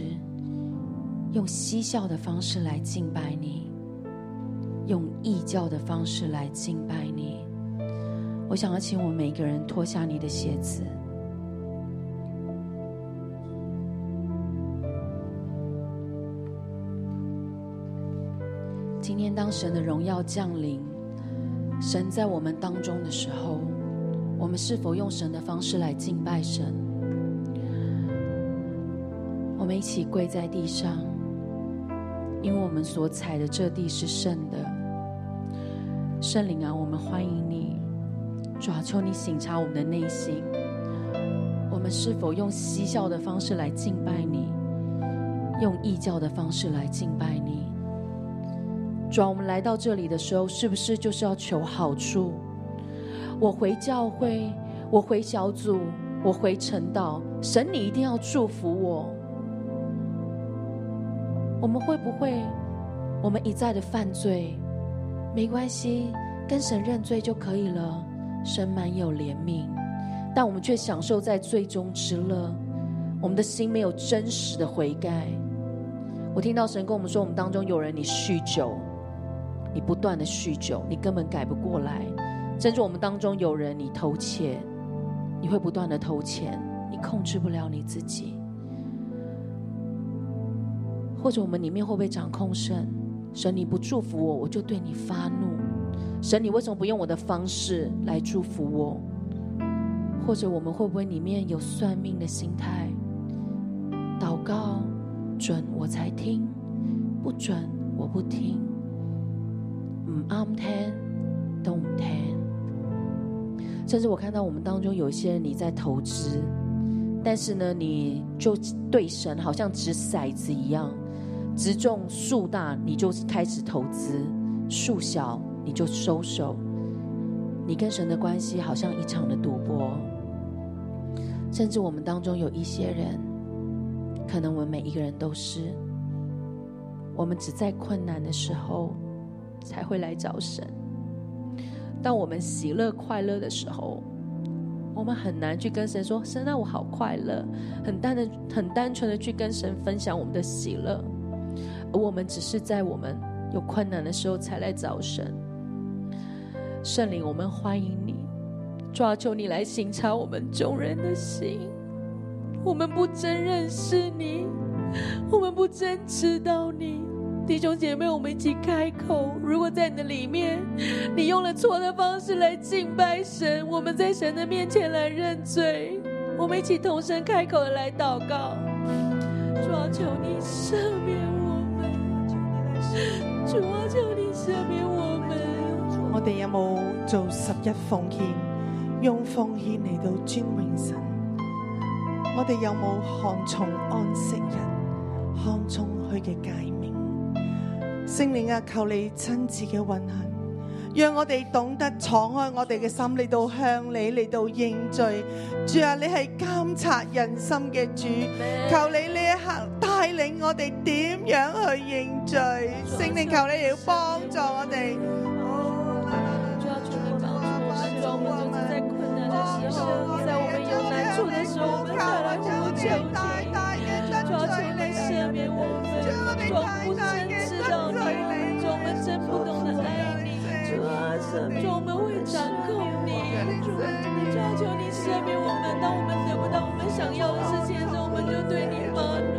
用嬉笑的方式来敬拜你，用异教的方式来敬拜你。我想要请我们每个人脱下你的鞋子。今天当神的荣耀降临，神在我们当中的时候，我们是否用神的方式来敬拜神？我们一起跪在地上，因为我们所踩的这地是圣的。圣灵啊，我们欢迎你，主啊，求你省察我们的内心，我们是否用嬉笑的方式来敬拜你，用异教的方式来敬拜你？主啊，我们来到这里的时候，是不是就是要求好处？我回教会，我回小组，我回晨祷，神，你一定要祝福我。我们会不会，我们一再的犯罪？没关系，跟神认罪就可以了。神满有怜悯，但我们却享受在最终之乐。我们的心没有真实的悔改。我听到神跟我们说，我们当中有人你酗酒，你不断的酗酒，你根本改不过来；甚至我们当中有人你偷窃，你会不断的偷钱，你控制不了你自己。或者我们里面会不会掌控神？神，你不祝福我，我就对你发怒。神，你为什么不用我的方式来祝福我？或者我们会不会里面有算命的心态？祷告准我才听，不准我不听，唔啱听都唔听。甚至我看到我们当中有一些人你在投资，但是呢，你就对神好像掷骰子一样，直中树大你就开始投资，树小你就收手。你跟神的关系好像一场的赌博。甚至我们当中有一些人，可能我们每一个人都是，我们只在困难的时候才会来找神。当我们喜乐快乐的时候，我们很难去跟神说：“神啊，我好快乐。”很单的、很单纯的去跟神分享我们的喜乐，而我们只是在我们有困难的时候才来找神。圣灵，我们欢迎你，抓住你来省察我们众人的心。我们不真认识你，我们不真知道你。弟兄姐妹，我们一起开口。如果在你的里面，你用了错的方式来敬拜神，我们在神的面前来认罪。我们一起同声开口地来祷告，主啊，求你赦免我们，主啊，求你赦免我们。
我哋有冇做十一奉献？用奉献嚟到尊荣神？我哋有冇看重安息日？看重佢嘅诫命？圣灵啊，求你亲自嘅运行，让我哋懂得敞开我哋嘅心嚟到向你嚟到认罪。主啊，你系监察人心嘅主，求你呢一刻带领我哋点样去认罪。圣灵，求你嚟帮助我哋。
主要求你帮助我们，主，我们就是在困难的时候，在我们有难处的时候，我们再来呼求你。主要求你赦免我们，主，我们不真知道你，主，我们真不懂得爱你，主啊，主，我们会掌控你，主，主要求你赦免我们，当我们得不到我们想要的事情的时候，我们就对你发怒。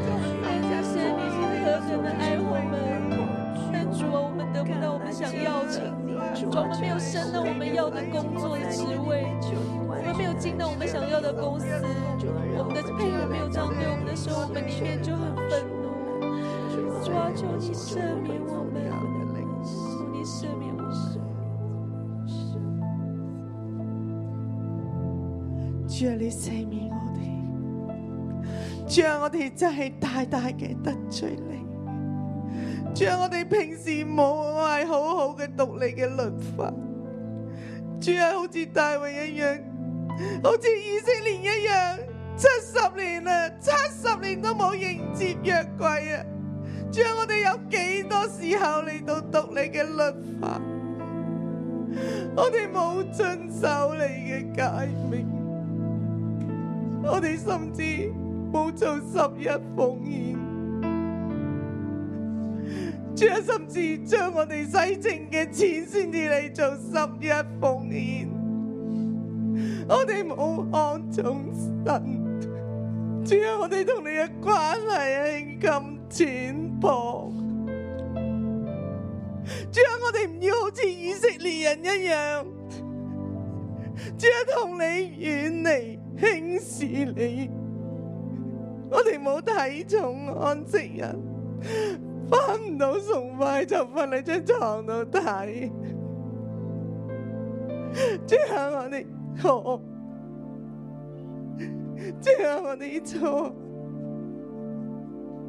但是神，你是何等的爱我们，但主啊，我们得不到我们想要的。主，我们没有升到我们要的工作的职位，我们没有进到我们想要的公司，我们的配偶没有这样对我们的时候，我们里面就很愤怒。主啊，求你赦免我们，求你赦免我们。
主啊，你赦免我哋。主啊，我哋真系大大嘅得罪你。主啊，我哋平時冇系好好嘅讀你嘅律法。主啊，好似大衛一樣，好似以色列一樣，七十年啦，七十年都冇迎接約櫃啊！主啊，我哋有幾多時候嚟到讀你嘅律法？我哋冇遵守你嘅誡命，我哋甚至冇做十一奉獻。主啊，甚至將我哋洗淨嘅錢先至嚟做十一奉獻，我哋冇看重神。主啊，我哋同你嘅關係係咁淺薄。主啊，我哋唔要好似以色列人一樣，主啊，同你遠離，輕視你。我哋冇睇重安息人。翻唔到崇拜就瞓喺張床度睇。最後我哋錯，最後我哋錯，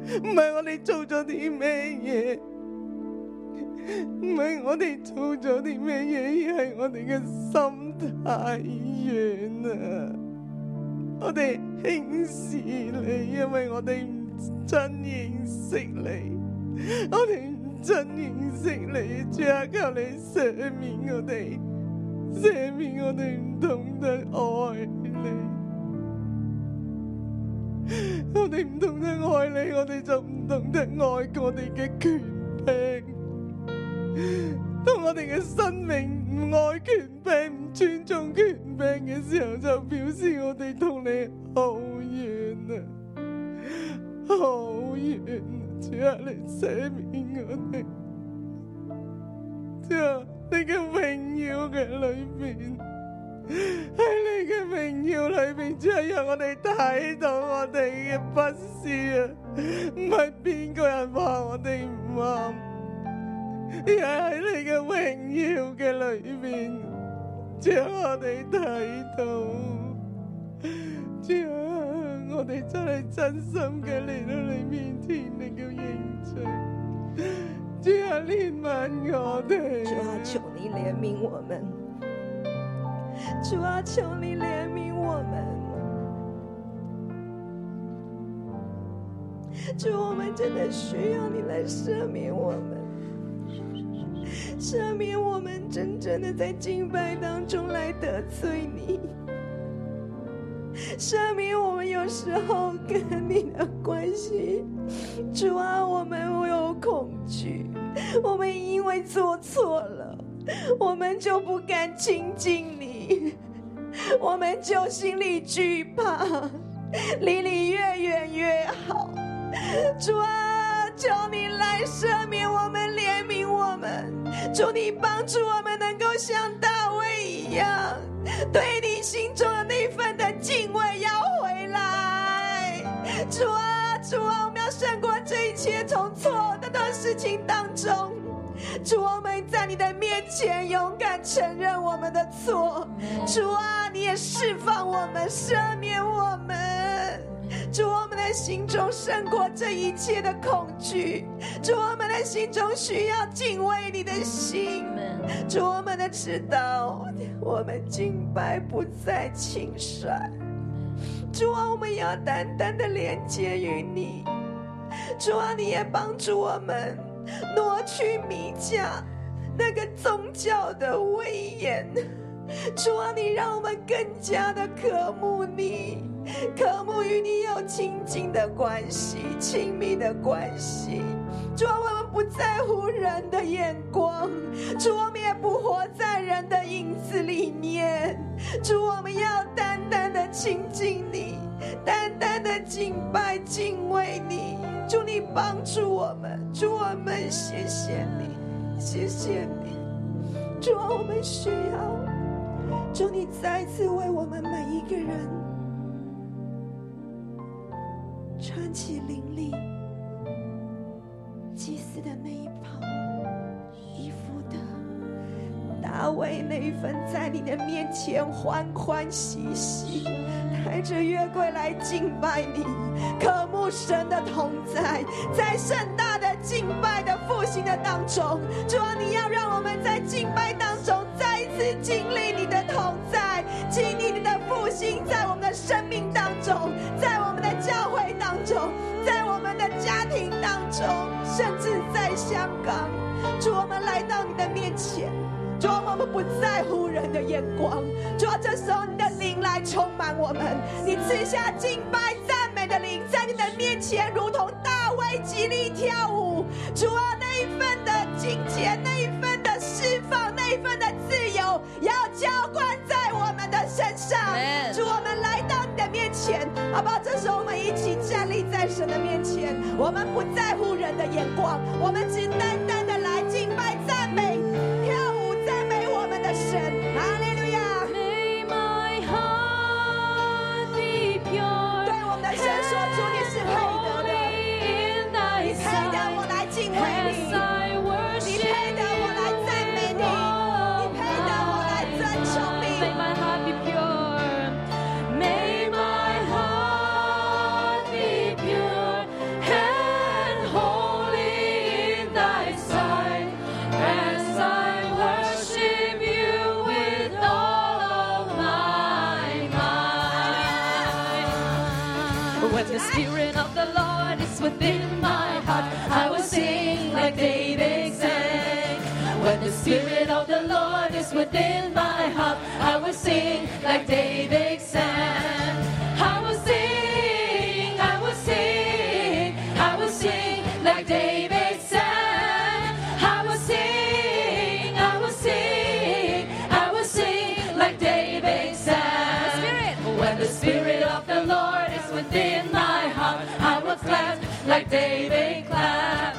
唔係我哋做咗啲咩嘢，唔係我哋做咗啲咩嘢，而係我哋嘅心太軟啊！我哋輕視你，因為我哋唔真認識你。我哋唔真認識你，主啊，求你赦免我哋，赦免我哋唔懂得愛你。
我哋唔懂得愛你，我哋就唔懂得愛我哋嘅權柄。當我哋嘅生命唔愛權柄、唔尊重權柄嘅時候，就表示我哋同你好遠啊，好遠啊！主啊，你赦免我哋，主啊，你嘅榮耀嘅裏邊。喺你嘅榮耀裏邊，主係讓我哋睇到我哋嘅不是啊，唔係邊個人話我哋唔啱，而係喺你嘅榮耀嘅裏邊，將我哋睇到，主啊，我哋真係真心嘅嚟到你面前，你叫認罪，主啊，憐憫我哋，
主啊，求你怜悯我们。主啊，求你怜悯我们。主，我们真的需要你来赦免我们，赦免我们真正的在敬拜当中来得罪你，赦免我们有时候跟你的关系。主啊，我们有恐惧，我们因为做错了。我们就不敢亲近你，我们就心里惧怕，离你越远越好。主啊，求你来赦免我们，怜悯我们。主，你帮助我们能够像大卫一样，对你心中的那份的敬畏要回来。主啊，主啊，我们要胜过这一切从错的的事情当中。主，我们在你的面前勇敢承认我们的错。主啊，你也释放我们，赦免我们。主，我们的心中胜过这一切的恐惧。主，我们的心中需要敬畏你的心。主，我们的知道，我们敬拜不再轻率。主啊，我们要单单的连接于你。主啊，你也帮助我们挪去米甲那个宗教的威严。主啊，你让我们更加的渴慕你，渴慕与你有亲近的关系、亲密的关系。主啊，我们不在乎人的眼光，主，我们也不活在人的影子里面。主，我们要单单的亲近你，单单的敬拜、敬畏你。主，你帮助我们，主，我们谢谢你，谢谢你。主，啊我们需要，主，你再次为我们每一个人穿起灵力祭司的那一袍，衣服的大卫那一份，在你的面前欢欢喜喜。抬着月桂来敬拜你，渴慕神的同在，在盛大的敬拜的复兴的当中，主啊，你要让我们在敬拜当中再一次经历你的同在，经历你的复兴，在我们的生命当中，在我们的教会当中，在我们的家庭当中，甚至在香港，主，我们来到你的面前。主啊，我们不在乎人的眼光。主啊，这时候你的灵来充满我们，你赐下敬拜赞美的灵，在你的面前如同大卫极力跳舞。主啊，那一份的金钱，那一份的释放，那一份的自由，要浇灌在我们的身上。主，啊我们来到你的面前，好不好？这时候我们一起站立在神的面前，我们不在乎人的眼光，我们只单单的来敬拜赞美。跳舞赞美我们的神，哈利路亚！
May my heart be pure
对我们的神说出你是配得的，
in thy
你配得我
sight
来敬畏
as
你，
I
你
worship
配得我来赞美你，你配得我来尊崇你
May。my heart be pure. May my heart be pure and holy in thy sight as I worship you with all of my mind. When the spirit of the Lord is within my heart, I will sing like David sang. When the spirit of the Lord is within my heart, I will sing like David sang. I will sing, I will sing.
like David clapped.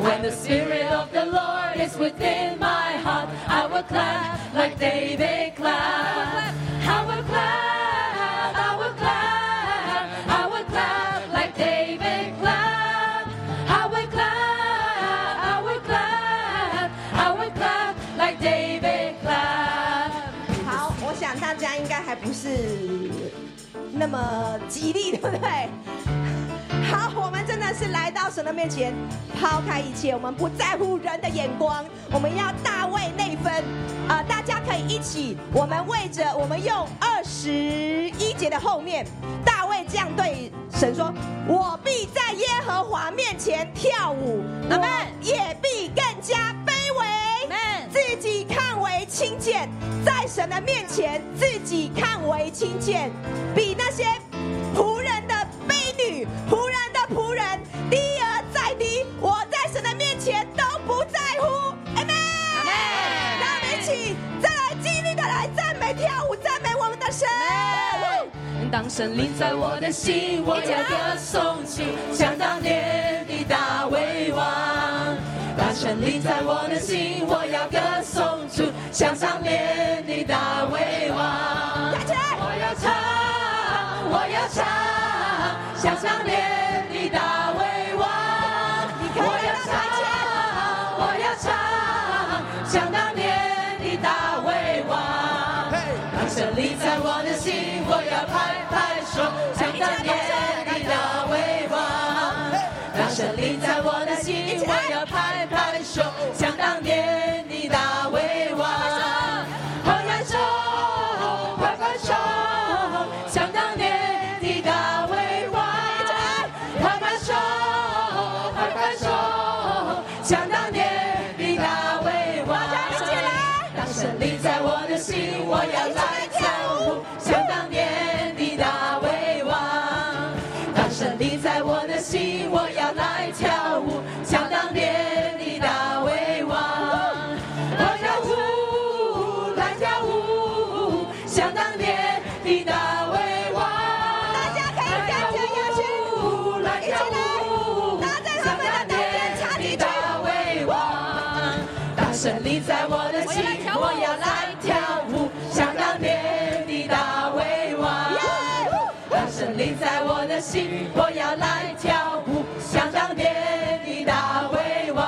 When the Spirit of the Lord is within my heart, I will clap like David clapped. I will clap, I will clap, I will clap like David clapped. I will clap, I will clap, I will clap like David clapped.
好，我想大家应该还不是那么吉利， 对不对？好，我们真的是来到神的面前，抛开一切，我们不在乎人的眼光，我们要大卫内分。啊、大家可以一起，我们为着我们用二十一节的后面，大卫这样对神说：“我必在耶和华面前跳舞，阿门；也必更加卑微，自己看为轻贱，在神的面前自己看为轻贱，比那些仆人的婢女、仆人的仆人低而再低，我在神的面前都不在乎。Amen。让我们一起再来尽力的来赞美、跳舞、赞美我们的神。
当神临在我的心，我要歌颂起，像当年的大胃王。当神临在我的心，我要歌颂出，像当年的大胃王。
站起来
我要唱，我要唱，像当年的大胃王。
可以
我要
了
唱，我要唱，像当年的大胃王。当胜利在我的心，我要拍拍手，像当年的大胃王。当胜利在我的心，我要拍拍手，像当年的大胃王。拍拍手，拍拍手，像当年的大胃王。拍拍手，拍拍手，像当年的大胃王。当胜利在我的心，我要来跳舞，像当年的大胃王。当胜利在我的心，我要来跳舞，像当年的大胃王。我跳舞，来跳舞，像当年的大胃王。
大家可以跟着下去
来跳舞，
搭在他们的中间插几句
像当年的大胃王。大胜利在我的心，我要来跳舞，像当年的大胃王。大胜利在我的心，我要来跳舞，像当年的大胃王。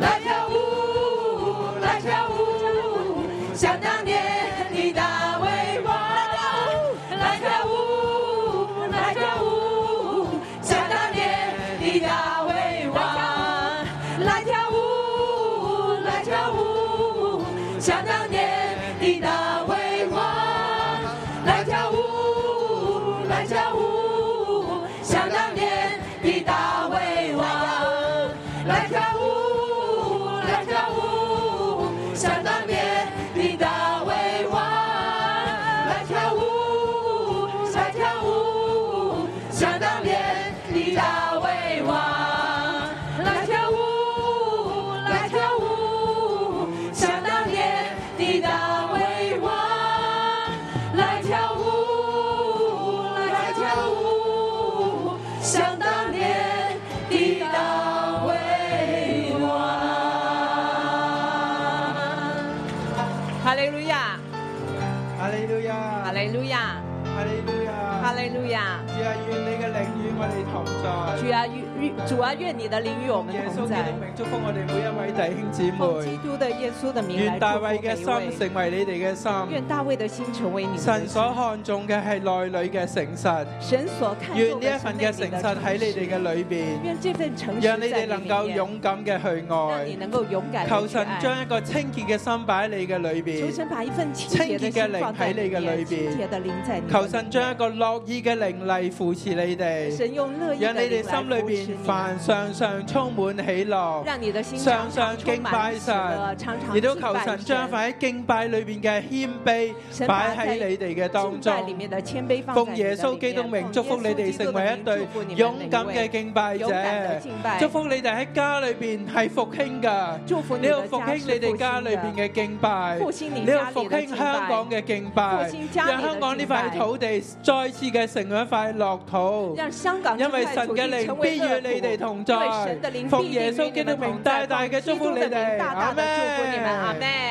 来跳舞，来跳舞，像当年的大胃王。来跳舞，来跳舞，像当年的大胃王。来跳舞，来跳舞，像当年的大胃王。来跳舞，来跳舞，像当年的大胃王。来跳舞，来跳舞，像当年的大胃王。来跳舞，来跳舞，像当年的大胃王。来跳舞，来跳舞，像当年的大胃王。来跳舞，来跳舞，像当年的大胃王。
哈利路亚，
哈利路亞，
哈利路亚，
哈利路
哈
亞，
利路亚！
主啊，願你嘅靈與我哋同在。
主啊，愿主啊，愿你的灵与我们
耶穌
同
基
在
督。名祝福我哋每一位弟兄姊
奉基
妹。
督的耶稣的名来
願大衛嘅
祝福每一
心
位。
成為你哋嘅心。
愿大卫的心成为你们的
神
心
所看重嘅係內裏嘅誠實。
神所看
願呢
重的
一
是
份
内
嘅
里的
誠實喺你哋
诚实
嘅裏边。
愿这份诚实
让你
在
哋
你
能
里
夠
面
勇敢嘅去
让你
愛。
能够勇敢地
求
去
神
爱
將一個清潔嘅心擺喺你嘅裏
求神
边，
把一份清
清洁
洁的
嘅
心
灵
放在
喺你嘅
里
里
面，
边
清洁的灵在你
求
里
神
面
將一個樂意嘅靈力扶持你哋，
神用乐意的
讓你哋
灵来
心裏
扶持
边
你
凡常常充滿喜樂。
让你的心
常常
充
敬拜
满喜
神
乐，常常
亦都
敬
求
拜
神將份喺敬拜裏边嘅謙卑
神
擺
把
喺你哋嘅當
敬拜里
中。
面的谦卑放在
奉
你的
耶
里
穌基督
面
名
奉
祝福
耶
你
稣
哋
基督
成
的
為一對
名祝福你们每
勇
一
敢
位
嘅敬拜
勇敢地
者
敬拜，
祝福你哋喺家裏边係復興噶。
祝福
你
你
要
的
復
家
興
是
你哋
复
家裏
兴
邊
的。
嘅敬拜，
復興你
要
家裏
復
的
興
敬拜
香港嘅敬
復
拜
興，家裏的
讓香港呢塊土地再次嘅成為一塊樂土，
让香港
因為
这块
神
土
嘅
地靈
成
必
为
與
恶
你哋
徒
同
因为
在
神的灵，必
奉
定
耶穌
与你
基督
们
名
同
大
在，
大嘅祝福
奉
你
基督的名
哋，
大大
阿
的祝福你们，阿
咩
门。